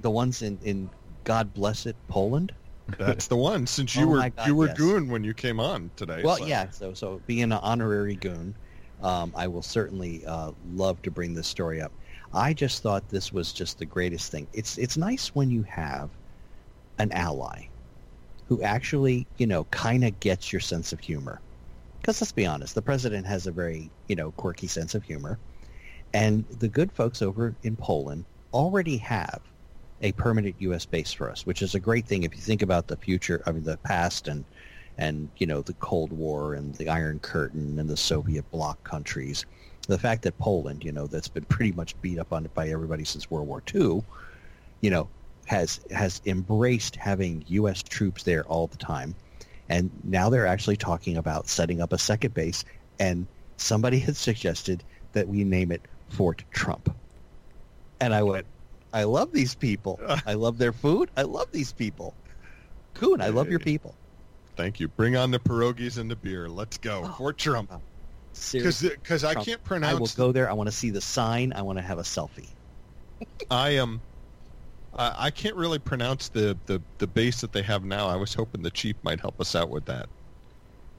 the ones in, in God bless it Poland. That's the one. Since you Oh were my God, you were yes. goon when you came on today. Well, so- yeah. So so being an honorary goon, um, I will certainly uh, love to bring this story up. I just thought this was just the greatest thing. It's it's nice when you have an ally who actually you know kind of gets your sense of humor. Because let's be honest, the president has a very you know quirky sense of humor, and the good folks over in Poland already have a permanent U.S. base for us, which is a great thing if you think about the future, I mean the past and and you know the Cold War and the Iron Curtain and the Soviet bloc countries. The fact that Poland, you know, that's been pretty much beat up on by everybody since World War II, you know, has has embraced having U.S. troops there all the time, and now they're actually talking about setting up a second base. And somebody <laughs> had suggested that we name it Fort Trump, and I went, I love these people. I love their food. I love these people. Coon, I love your people. Thank you. Bring on the pierogies and the beer. Let's go Oh. for Trump. Seriously. Because I Trump. can't I will pronounce. go there. I want to see the sign. I want to have a selfie. I am. I I can't really pronounce the, the, the base that they have now. I was hoping the chief might help us out with that.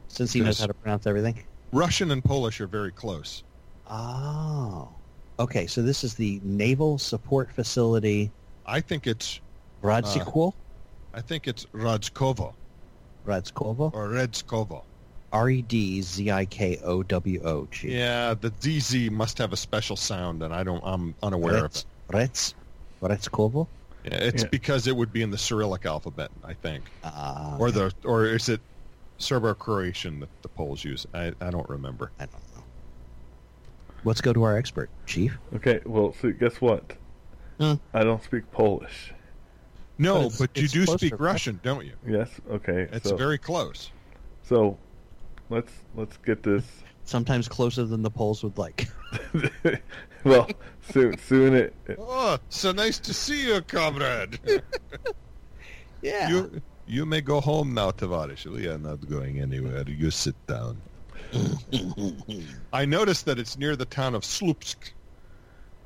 Since he knows Yes. how to pronounce everything. Russian and Polish are very close. Oh. Okay, so this is the Naval Support Facility I think it's Radsikwo? Uh. I think it's Radskovo Radskovo? or Redskovo. E R-E-D-Z-I-K-O-W-O. Chief. Yeah, the DZ must have a special sound, and I don't. I'm unaware of it. Rets, Rets, Retskovo? Yeah, it's Yeah. because it would be in the Cyrillic alphabet, I think, Uh, or the or is it Serbo-Croatian that the Poles use? I, I don't remember. I don't know. Let's go to our expert, Chief. Okay, well, so guess what? Hmm. I don't speak Polish. But No, it's- but, you it's do closer, speak right? Russian, don't you? Yes. Okay. It's so, very close. so. Let's let's get this. <laughs> Sometimes closer than the polls would like. <laughs> well, soon soon it. <laughs> Oh, so nice to see you, comrade. <laughs> Yeah. You you may go home now, Tavares. We are not going anywhere. You sit down. I noticed that it's near the town of Slupsk.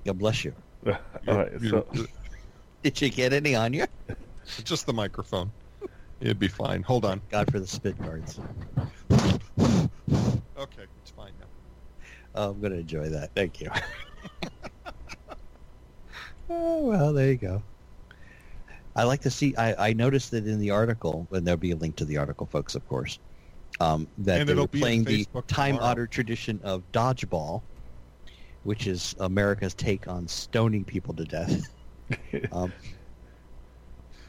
God bless you. All right. So, Did you get any on you? <laughs> Just the microphone. It'd be fine. Hold on. God for the spit cards. Okay, it's fine now. Oh, I'm going to enjoy that. Thank you. <laughs> oh, well, there you go. I like to see, I, I noticed that in the article, and there'll be a link to the article, folks, of course, um, that And they it'll were be on playing the Facebook tomorrow. time-honored tradition of dodgeball, which is America's take on stoning people to death. um,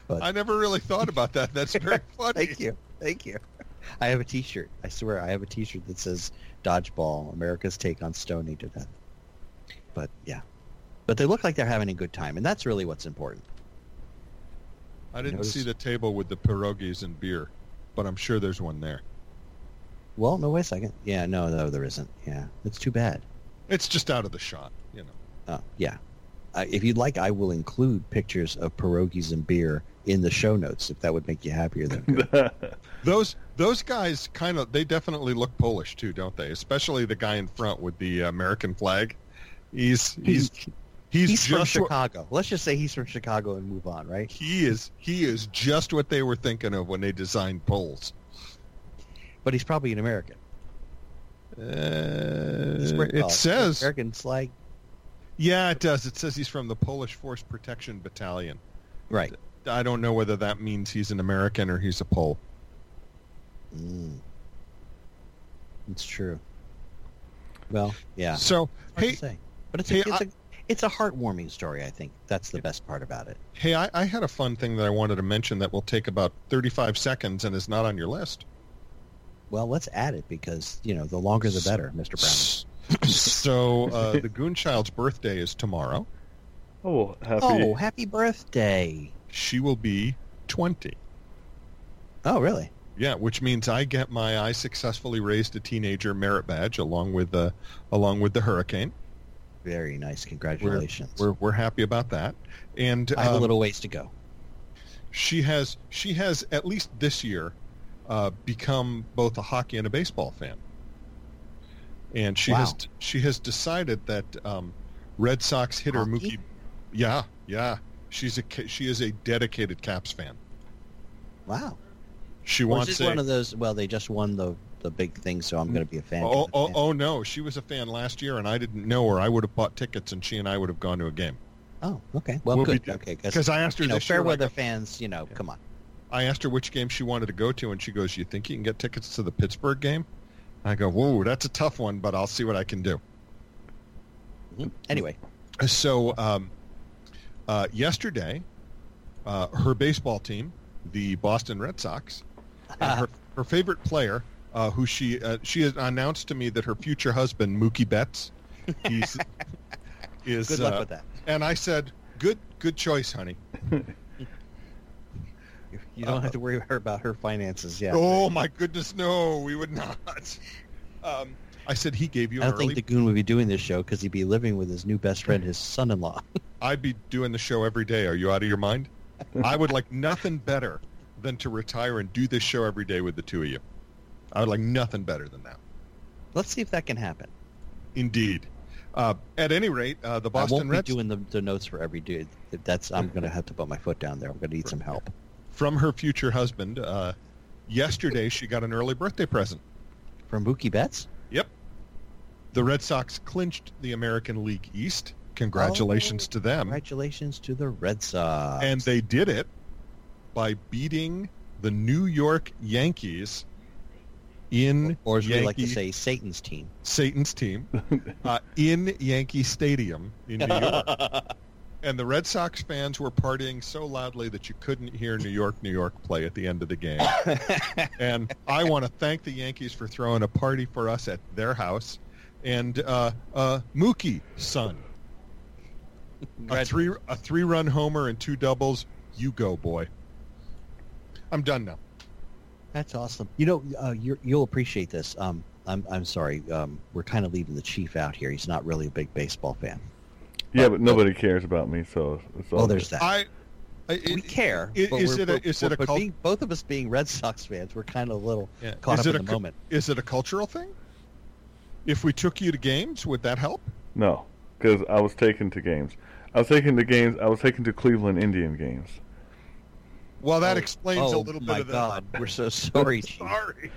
But- I never really thought about that. That's <laughs> very funny. Thank you. Thank you. I have a T-shirt. I swear, I have a T-shirt that says "Dodgeball: America's Take on Stoning to Death." But yeah, but they look like they're having a good time, and that's really what's important. I didn't Notice- see the table with the pierogies and beer, but I'm sure there's one there. Well, no, wait a second. Yeah, no, no, there isn't. Yeah, it's too bad. It's just out of the shot, you know. Uh, yeah, I, if you'd like, I will include pictures of pierogies and beer in the show notes if that would make you happier. Than good. Those those guys kind of they definitely look Polish too, don't they? Especially the guy in front with the American flag. He's he's he's, he's, from just what, Chicago. Let's just say he's from Chicago and move on, right? he is he is just what they were thinking of when they designed poles. But he's probably an American. Uh, He's from- it uh, says American flag. yeah, it does. It says he's from the Polish Force Protection Battalion. Right. I don't know whether that means he's an American or he's a Pole. Mm. It's true. Well, yeah. Hard So to hey say. but it's, hey, a, it's, I- a, it's a heartwarming story. I think that's the best part about it. hey, I, I had a fun thing that I wanted to mention that will take about thirty five seconds and is not on your list. Well, let's add it because you know the longer the better, Mister Brown. so uh, the Goonchild's birthday is tomorrow. <laughs> oh, happy. Oh, happy birthday! She will be 20. Oh, really? Yeah, which means I get my I successfully raised a teenager merit badge along with the along with the hurricane. Very nice. Congratulations. We're we're happy about that. And I have a um, little ways to go. she has she has at least this year uh, become both a hockey and a baseball fan. And she has Wow. she has decided that um, Red Sox hitter Hockey? Mookie, yeah, yeah, she's a ca- she is a dedicated Caps fan. Wow. She Well, wants this a, is one of those. Well, they just won the the big thing, so I'm going to be a fan. oh, oh oh no, she was a fan last year, and I didn't know her. I would have bought tickets, and she and I would have gone to a game Oh, okay. Well, We'll be good. do- okay, because I asked her you know, this year. fair I weather go- fans. You know, come on. I asked her which game she wanted to go to, and she goes, "You think you can get tickets to the Pittsburgh game?" I go, "Whoa, that's a tough one, but I'll see what I can do." Mm-hmm. Mhm. Anyway, So, um, uh, yesterday, uh, her baseball team, the Boston Red Sox, and her, her favorite player, uh, who she uh, she has announced to me that her future husband Mookie Betts, <laughs> he's is good luck uh, with that. and I said, "Good, good choice, honey." You don't have to worry her- about her finances. Yeah. Oh my goodness, no, we would not. <laughs> Um, I said he gave you I an don't early. think the goon would be doing this show because he'd be living with his new best friend, his son-in-law. I'd be doing the show every day. Are you out of your mind? I would like nothing better than to retire and do this show every day with the two of you. I would like nothing better than that. Let's see if that can happen. Indeed. Uh, at any rate, uh, the I won't Boston Red be doing the, the notes for every dude. If that's I'm going to have to put my foot down there. I'm going to need some help. from her future husband, uh, yesterday she got an early birthday present. From Mookie Betts? Yep. The Red Sox clinched the American League East. Congratulations Oh, to them. Congratulations to the Red Sox. And they did it by beating the New York Yankees in or as we Yankee, like to say, Satan's team. <laughs> Satan's team uh, in Yankee Stadium in New York. <laughs> and the Red Sox fans were partying so loudly that you couldn't hear New York, New York play at the end of <laughs> the game. and I want to thank the Yankees for throwing a party for us at their house. And uh, uh, Mookie, son, a three a three run homer and two doubles. You go, boy. I'm done now. That's awesome. You know, uh, you're, you'll appreciate this. Um, I'm, I'm sorry. Um, we're kind of leaving the chief out here. He's not really a big baseball fan. Yeah, but nobody cares about me, so it's all Well, Oh, there's that. I, I we it, care. i- but is we're- it a- we're- is it a but cult- being- both of us being Red Sox fans, we're kind of a little yeah. caught is up it in a the cu- moment. Is it a cultural thing? If we took you to games, would that help? no, because I was taken to games. I was taken to games. I was taken to Cleveland Indian games. Well, that Oh, explains oh, a little my bit of God, we're so <laughs> sorry. that. Chief. Sorry.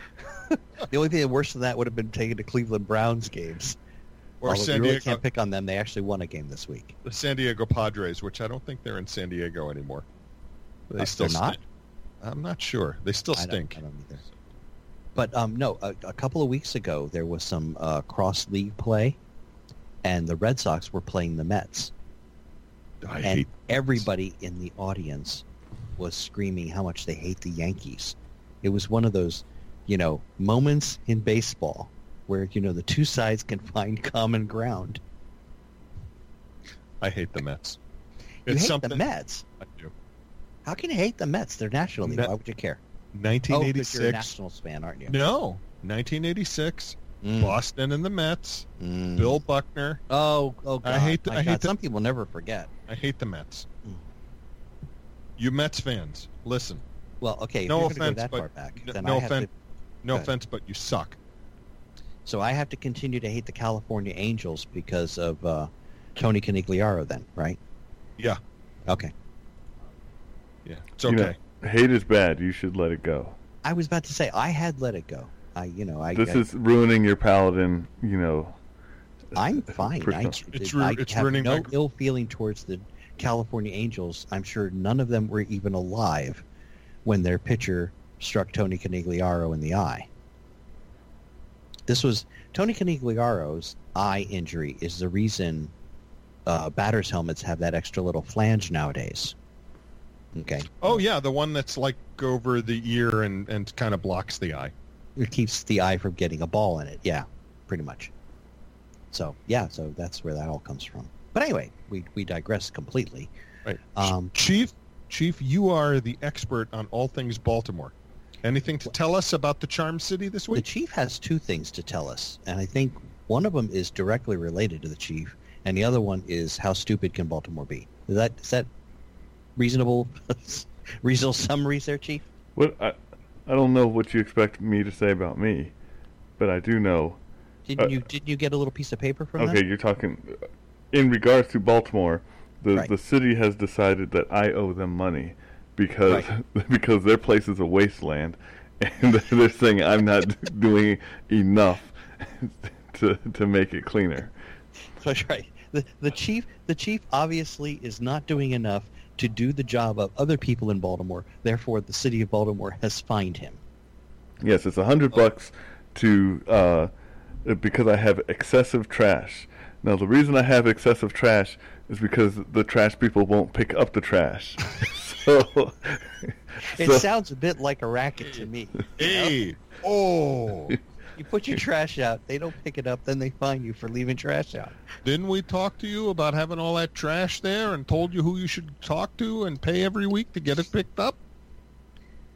The only thing worse than that would have been taking to Cleveland Browns games. Or Although San we really Diego, can't pick on them. They actually won a game this week. the San Diego Padres, which I don't think they're in San Diego anymore. They Uh, still they're not? stink. I'm not sure. They still I don't- stink. I don't, either. But um, no, a, a couple of weeks ago there was some uh, cross league play, and the Red Sox were playing the Mets, I, and hate. everybody in the audience was screaming how much they hate the Yankees. It was one of those, you know, moments in baseball where you know the two sides can find <laughs> common ground. I hate the Mets. You it's hate something the Mets. I do. How can you hate the Mets? They're National League. Ne- Why would you care? Oh, because 1986. you're a Nationals fan, aren't you? no, 1986. Mm, Boston and the Mets. mm. Bill Buckner. Oh, oh God! I hate the- My I hate God, the- Some people never forget. I hate the Mets. Mm. You Mets fans, listen. Well, okay, if No you're going to go offense, that but far back, n- then no I have offen- to, No Good. offense, but you suck. so I have to continue to hate the California Angels because of uh, Tony Canigliaro, then, right? Yeah. Okay. Yeah, it's You okay. know, Hate is bad. You should let it go. I was about to say I had let it go. I, you know, I, This I is ruining your paladin. You know, <laughs> I'm fine. I, It's it's ru- I it's have ruining no my- ill feeling towards the California Angels. I'm sure none of them were even alive when their pitcher struck Tony Canigliaro in the eye. This was Tony Canigliaro's eye injury is the reason uh, batters' helmets have that extra little flange nowadays. Okay, oh yeah, the one that's like over the ear and and kind of blocks the eye. it keeps the eye from getting a ball in it. Yeah, pretty much. So yeah, so that's where that all comes from. But anyway, we we digress completely. Right. Um, Chief, Chief, you are the expert on all things Baltimore. Anything to tell us about the Charm City this the week? chief has two things to tell us, and I think one of them is directly related to the chief, and the other one is how stupid can Baltimore be? Is that is that reasonable? <laughs> reasonable summaries there, chief. what I, I don't know what you expect me to say about me, but I do know Didn't Uh, you didn't you get a little piece of paper from Okay, them? you're talking uh, in regards to Baltimore. The Right. the city has decided that I owe them money because <laughs> because their place is a wasteland, and <laughs> they're saying I'm not doing enough <laughs> to to make it cleaner. <laughs> That's right. The, the chief the chief obviously is not doing enough to do the job of other people in Baltimore. Therefore, the city of Baltimore has fined him. Yes, it's a Oh. hundred bucks to uh, because I have excessive trash. Now the reason I have excessive trash is because the trash people won't pick up the trash. <laughs> so, It so- sounds a bit like a racket to me. Hey, oh, <laughs> You put <laughs> your trash out, they don't pick it up, then they fine you for leaving trash out. didn't we talk to you about having all that trash there and told you who you should talk to and pay every week to get it picked up?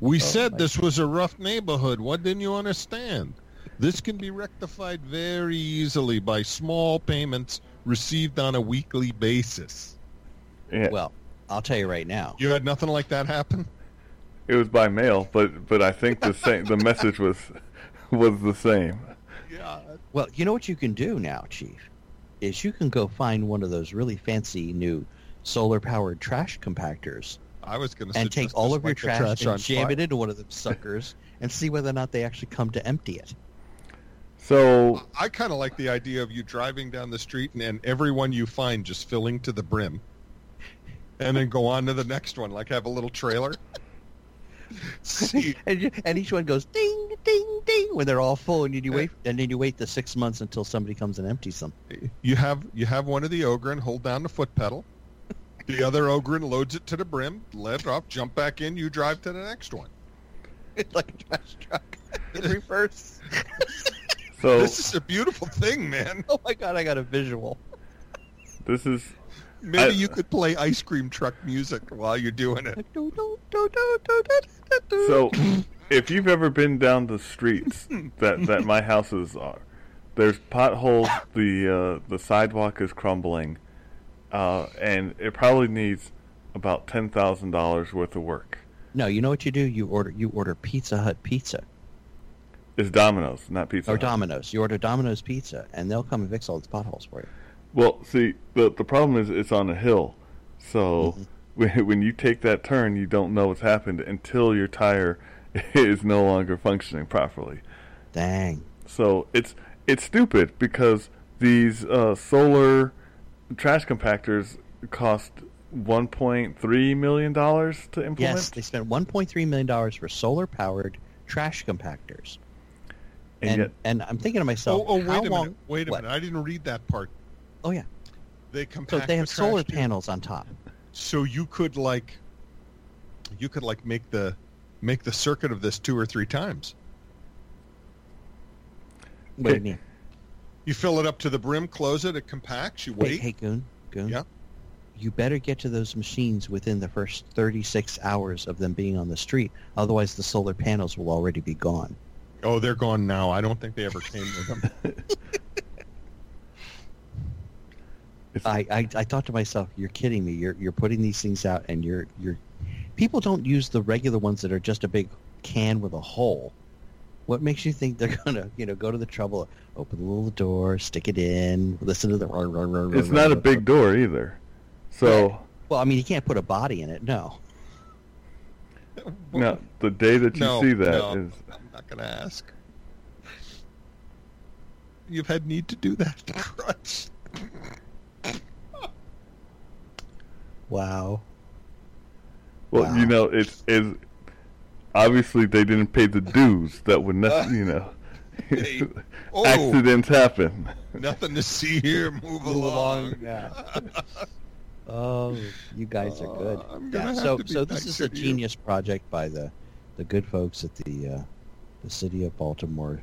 We Oh, said my- this was a rough neighborhood. What didn't you understand? This can be rectified very easily by small payments received on a weekly basis. yeah. Well, I'll tell you right now. You had nothing like that happen? It was by mail, but but I think the same. the message was was the same. Yeah. Well, you know what you can do now, Chief, is you can go find one of those really fancy new solar-powered trash compactors I was going to and take all of your trash, and jam it into one of them suckers and see whether or not they actually come to empty it. So I kind of like the idea of you driving down the street and, and everyone you find just filling to the brim, and then go on to the next one. Like have a little trailer. See, and, you- and each one goes ding, ding, ding when they're all full, and you, you wait, and then you wait the six months until somebody comes and empties them. <laughs> you have you have one of the ogren hold down the foot pedal. The other ogren loads it to the brim, let it off, jump back in. You drive to the next one. It's like a trash truck <laughs> in reverse. so This is a beautiful thing, man. oh my god, I got a visual. this is Maybe I- you could play ice cream truck music while you're doing it. So, if you've ever been down the streets that, that my houses are, there's potholes. The uh, the sidewalk is crumbling, uh, and it probably needs about ten thousand dollars worth of work. No, you know what you do? You order you order Pizza Hut pizza It's Domino's, not Pizza. or Hut. Domino's. You order Domino's pizza, and they'll come and fix all the potholes for you. Well, see, the the problem is it's on a hill, Mm-hmm. so <laughs> when, when you take that turn, you don't know what's happened until your tire <laughs> is no longer functioning properly. Dang. So it's it's stupid because these uh, solar trash compactors cost 1.3 million dollars to implement. Yes, they spent 1.3 million dollars for solar powered trash compactors. and, And, yet, and I'm thinking to myself, oh, oh, wait how a long? minute. Wait a what? minute. I didn't read that part. Oh yeah. They So compact they have the solar trash, too. panels on top. So you could like you could like make the make the circuit of this two or three times. What do you Okay. mean? You fill it up to the brim, close it, it compacts, you Hey, wait. hey, Goon, Goon. Yeah? You better get to those machines within the first 36 hours of them being on the street. Otherwise, the solar panels will already be gone. Oh, they're gone now. I don't think they ever came with <laughs> them. <laughs> I, I, I thought to myself, you're kidding me. You're, you're putting these things out and you're, you're... People don't use the regular ones that are just a big can with a hole. What makes you think they're <laughs> going to, you know, go to the trouble of open the little door, stick it in, listen to the... rah, rah, rah, rah, it's rah, not a rah, big rah. door either. So Well, I mean, you can't put a body in it, no. now the day that you No, see that is no. I'm not gonna ask. You've had need to do that. <laughs> Crutch. Wow. well, Wow. you know, it's is obviously they didn't pay the dues that would nec- you know. <laughs> Hey. Oh. Accidents happen. <laughs> Nothing to see here. Move, along. <laughs> Oh, you guys are good. Uh, I'm yeah, gonna have so to be so this nicer is a to you. genius project by the the good folks at the uh, the city of Baltimore,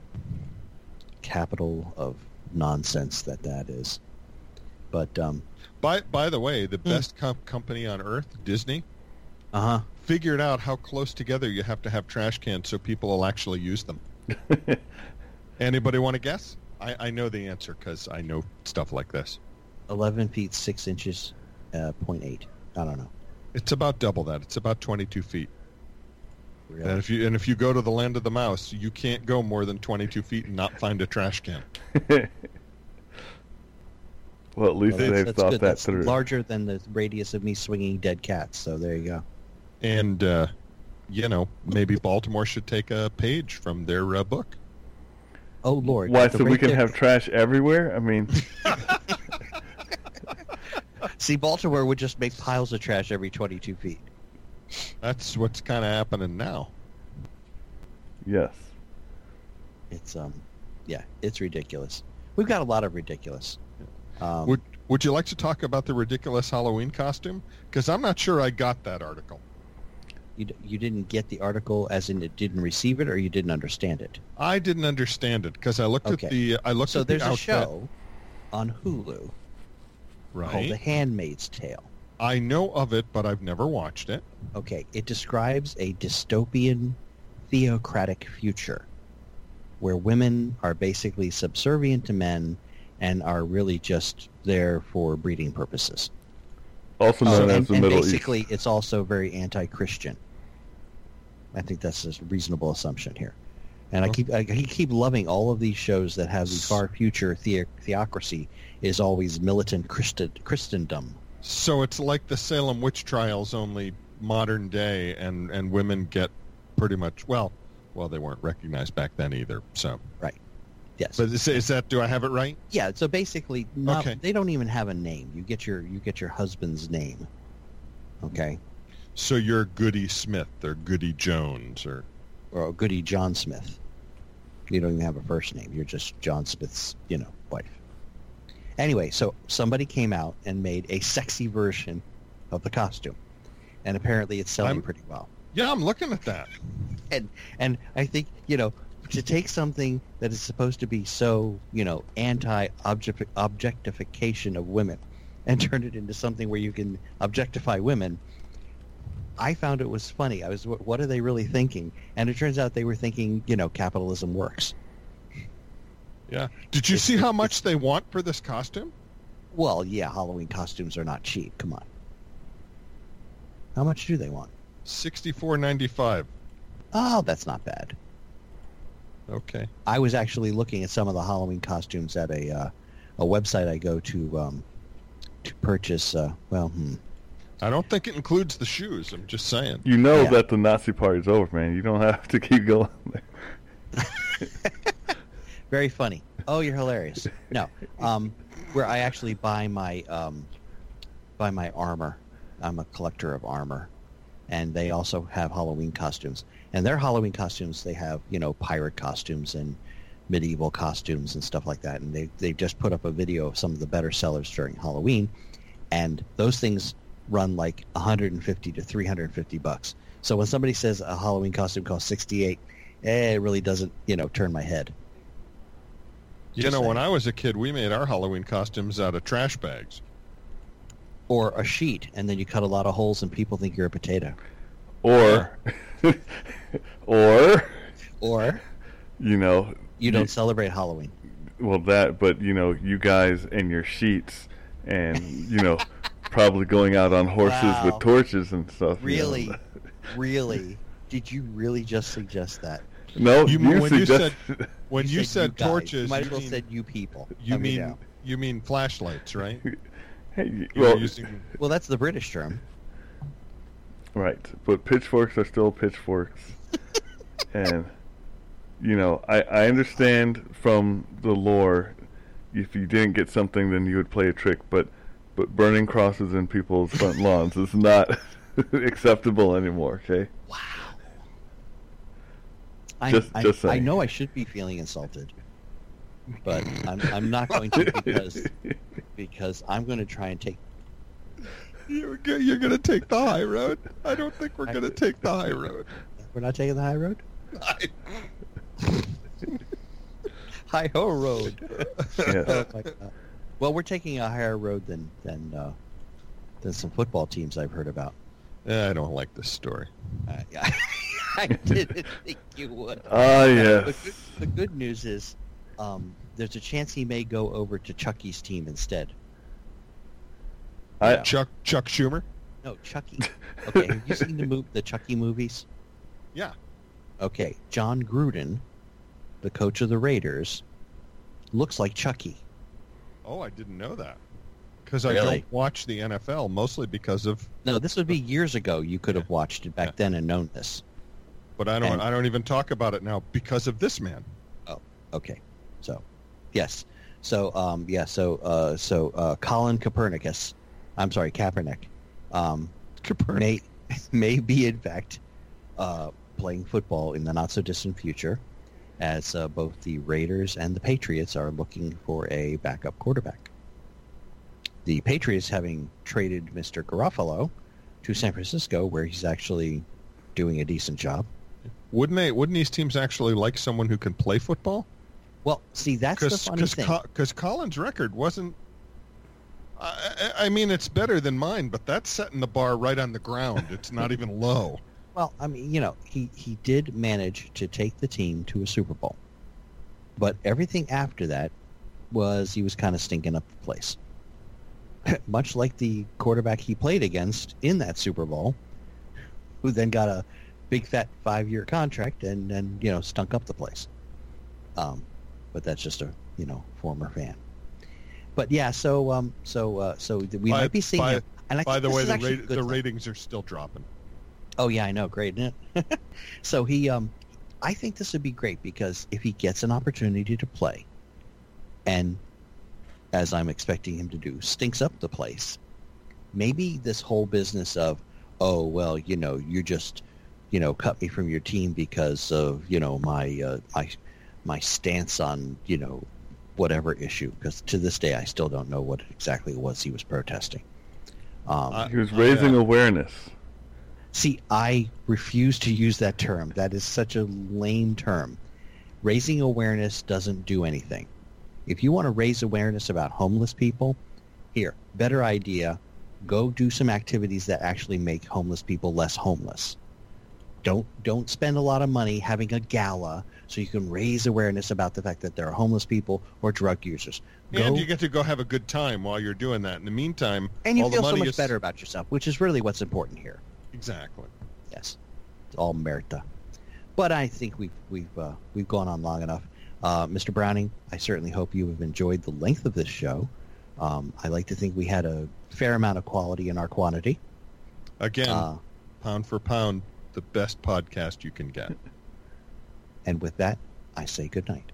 capital of nonsense that that is. But um, By by the way, Hmm. the best comp company on earth, Disney, uh huh. figured out how close together you have to have trash cans so people will actually use them. Anybody want to guess? I, I know the answer because I know stuff like this. Eleven feet six inches, uh, point eight. I don't know. It's about double that. It's about 22 feet. And Really. if you and if you go to the land of the mouse, you can't go more than 22 feet and not find a trash can. well, Well, at least that's, they've that's thought good. that that's through. larger than the radius of me swinging dead cats. So there you go. And uh, you know, maybe Baltimore should take a page from their uh, book. Oh Lord! Why? at the So we rate can they're- have trash everywhere? I mean, <laughs> <laughs> See, Baltimore would just make piles of trash every twenty-two feet. That's what's kind of happening now. yes. It's um, yeah, it's ridiculous. We've got a lot of ridiculous. Um, Would Would you like to talk about the ridiculous Halloween costume? Because I'm not sure I got that article. you, d- you didn't get the article, as in it didn't receive it, or you didn't understand it. I didn't understand it because I looked Okay. at the I looked So at the there's a outfit, show on Hulu called The right. Handmaid's Tale. I know of it, but I've never watched it. Okay, it describes a dystopian theocratic future where women are basically subservient to men and are really just there for breeding purposes. Also known as Oh, Uh, and, the and Middle basically, East. it's also very anti-Christian. I think that's a reasonable assumption here. And I Oh. keep I I keep loving all of these shows that have the far future the- theocracy is always militant Christi- Christendom. So it's like the Salem witch trials, only modern day, and and women get pretty much well, well they weren't recognized back then either. So Yes. But is, is that do I have it right? yeah. So basically, not, Okay. they don't even have a name. You get your you get your husband's name. Okay. So you're Goody Smith or Goody Jones or Or Goody John Smith. You don't even have a first name. You're just John Smith's, you know, wife. Anyway, so somebody came out and made a sexy version of the costume, and apparently it's selling I'm- pretty well. yeah, I'm looking at that. And I think, you know, to take something that is supposed to be so, you know, anti-objectification of women and <laughs> turn it into something where you can objectify women, I found it was funny. I was, "What- what are they really thinking? And it turns out they were thinking, you know, capitalism works. Yeah. Did you It's- see how it's- much they want for this costume? Well, yeah, Halloween costumes are not cheap. Come on. How much do they want? Sixty four ninety five. Oh, that's not bad. Okay. I was actually looking at some of the Halloween costumes at a uh, a website I go to um, to purchase. Uh, well, hmm. I don't think it includes the shoes. I'm just saying. You know Yeah. that the Nazi party's over, man. You don't have to keep going <laughs> there. very funny. Oh, you're hilarious. No, um, where I actually buy my um, buy my armor. I'm a collector of armor, and they also have Halloween costumes. And their Halloween costumes, they have you know pirate costumes and medieval costumes and stuff like that. And they they just put up a video of some of the better sellers during Halloween, and those things run like 150 to 350 bucks. So when somebody says a Halloween costume costs 68, eh, it really doesn't you know turn my head. You Just know, saying. when I was a kid, we made our Halloween costumes out of trash bags. or a sheet, and then you cut a lot of holes, and people think you're a potato. Or, <laughs> or, Or you know, you don't Ye- celebrate <laughs> Halloween. well that, but you know, you guys and your sheets, and you <laughs> know, probably going out on horses Wow. with torches and stuff. you know. Really, really, did you really just suggest that? No, You- you, when you suggest- When you, said, guys. torches, you might as you well mean, said you people. you I mean no. you mean <laughs> flashlights, right? <laughs> Hey, You were well, using- well, that's the British term. Right, but pitchforks are still pitchforks, <laughs> and you know I I understand from the lore, if you didn't get something, then you would play a trick. But but burning crosses in <laughs> people's front lawns is not <laughs> acceptable anymore. Okay, Wow. I, Just- I, just I saying. know I should be feeling insulted, but I'm, I'm not going <laughs> to because because I'm going to try and take You're, go- you're going to take the high road. I don't think we're I- going to take the high road. <laughs> We're not taking the high road? <laughs> I- High ho <laughs> road. <laughs> Yeah. Oh my God. Well, we're taking a higher road than than uh, than some football teams I've heard about. Yeah, I don't like this story. Uh, yeah. <laughs> I didn't think you would. ah The, yes, good, the good news is um, there's a chance he may go over to Chucky's team instead. I Yeah. Chuck Chuck Schumer. No, Chucky. Okay, have you seen the mo- the Chucky movies? Yeah. Okay, John Gruden, the coach of the Raiders, looks like Chucky. Oh, I didn't know that. Because I Really? don't watch the NFL mostly because of. No, this would be years ago. You could have watched it back Yeah. then and known this. But I don't. And- I don't even talk about it now because of this man. Okay, so yes, so um, yeah, so uh, so uh, Colin Copernicus, I'm sorry, Kaepernick, um, may <laughs> may be in fact uh, playing football in the not so distant future, as uh, both the Raiders and the Patriots are looking for a backup quarterback. The Patriots having traded Mr. Garofalo to San Francisco, where he's actually doing a decent job. Wouldn't they? Wouldn't these teams actually like someone who can play football? Well, see, that's the Because funny thing. because Collins' record wasn't. I, I I mean, it's better than mine, but that's setting the bar right on the ground. It's <laughs> not even low. Well, I mean, you know, he, he did manage to take the team to a Super Bowl. But everything after that was he was kind of stinking up the place. <clears throat> Much like the quarterback he played against in that Super Bowl, who then got a big fat five year contract and then, you know, stunk up the place. Um, but that's just a, you know, former fan. But yeah, so um, so uh, so we By- might be seeing by- him. And I By think the this way, is the, actually a rate good the thing. ratings are still dropping. Oh yeah, I know. Great, isn't <laughs> it? so he, um, I think this would be great because if he gets an opportunity to play, and as I'm expecting him to do, stinks up the place. Maybe this whole business of, oh well, you know, you just, you know, cut me from your team because of you know my uh, my my stance on you know whatever issue. Because to this day, I still don't know what exactly it was he was protesting. Um, I- uh, He was raising Oh, yeah. awareness. See, I refuse to use that term. That is such a lame term. Raising awareness doesn't do anything. If you want to raise awareness about homeless people, here, better idea, go do some activities that actually make homeless people less homeless. Don't don't spend a lot of money having a gala so you can raise awareness about the fact that there are homeless people or drug users. Go And you get to go have a good time while you're doing that. In the meantime, and you all feel the so money much is better about yourself, which is really what's important here. Exactly. Yes, it's all Merta. But I think we've we've uh, we've gone on long enough, uh, Mr. Browning. I certainly hope you have enjoyed the length of this show. Um, I like to think we had a fair amount of quality in our quantity. Again, Uh, pound for pound, the best podcast you <laughs> can get. and with that, I say good night.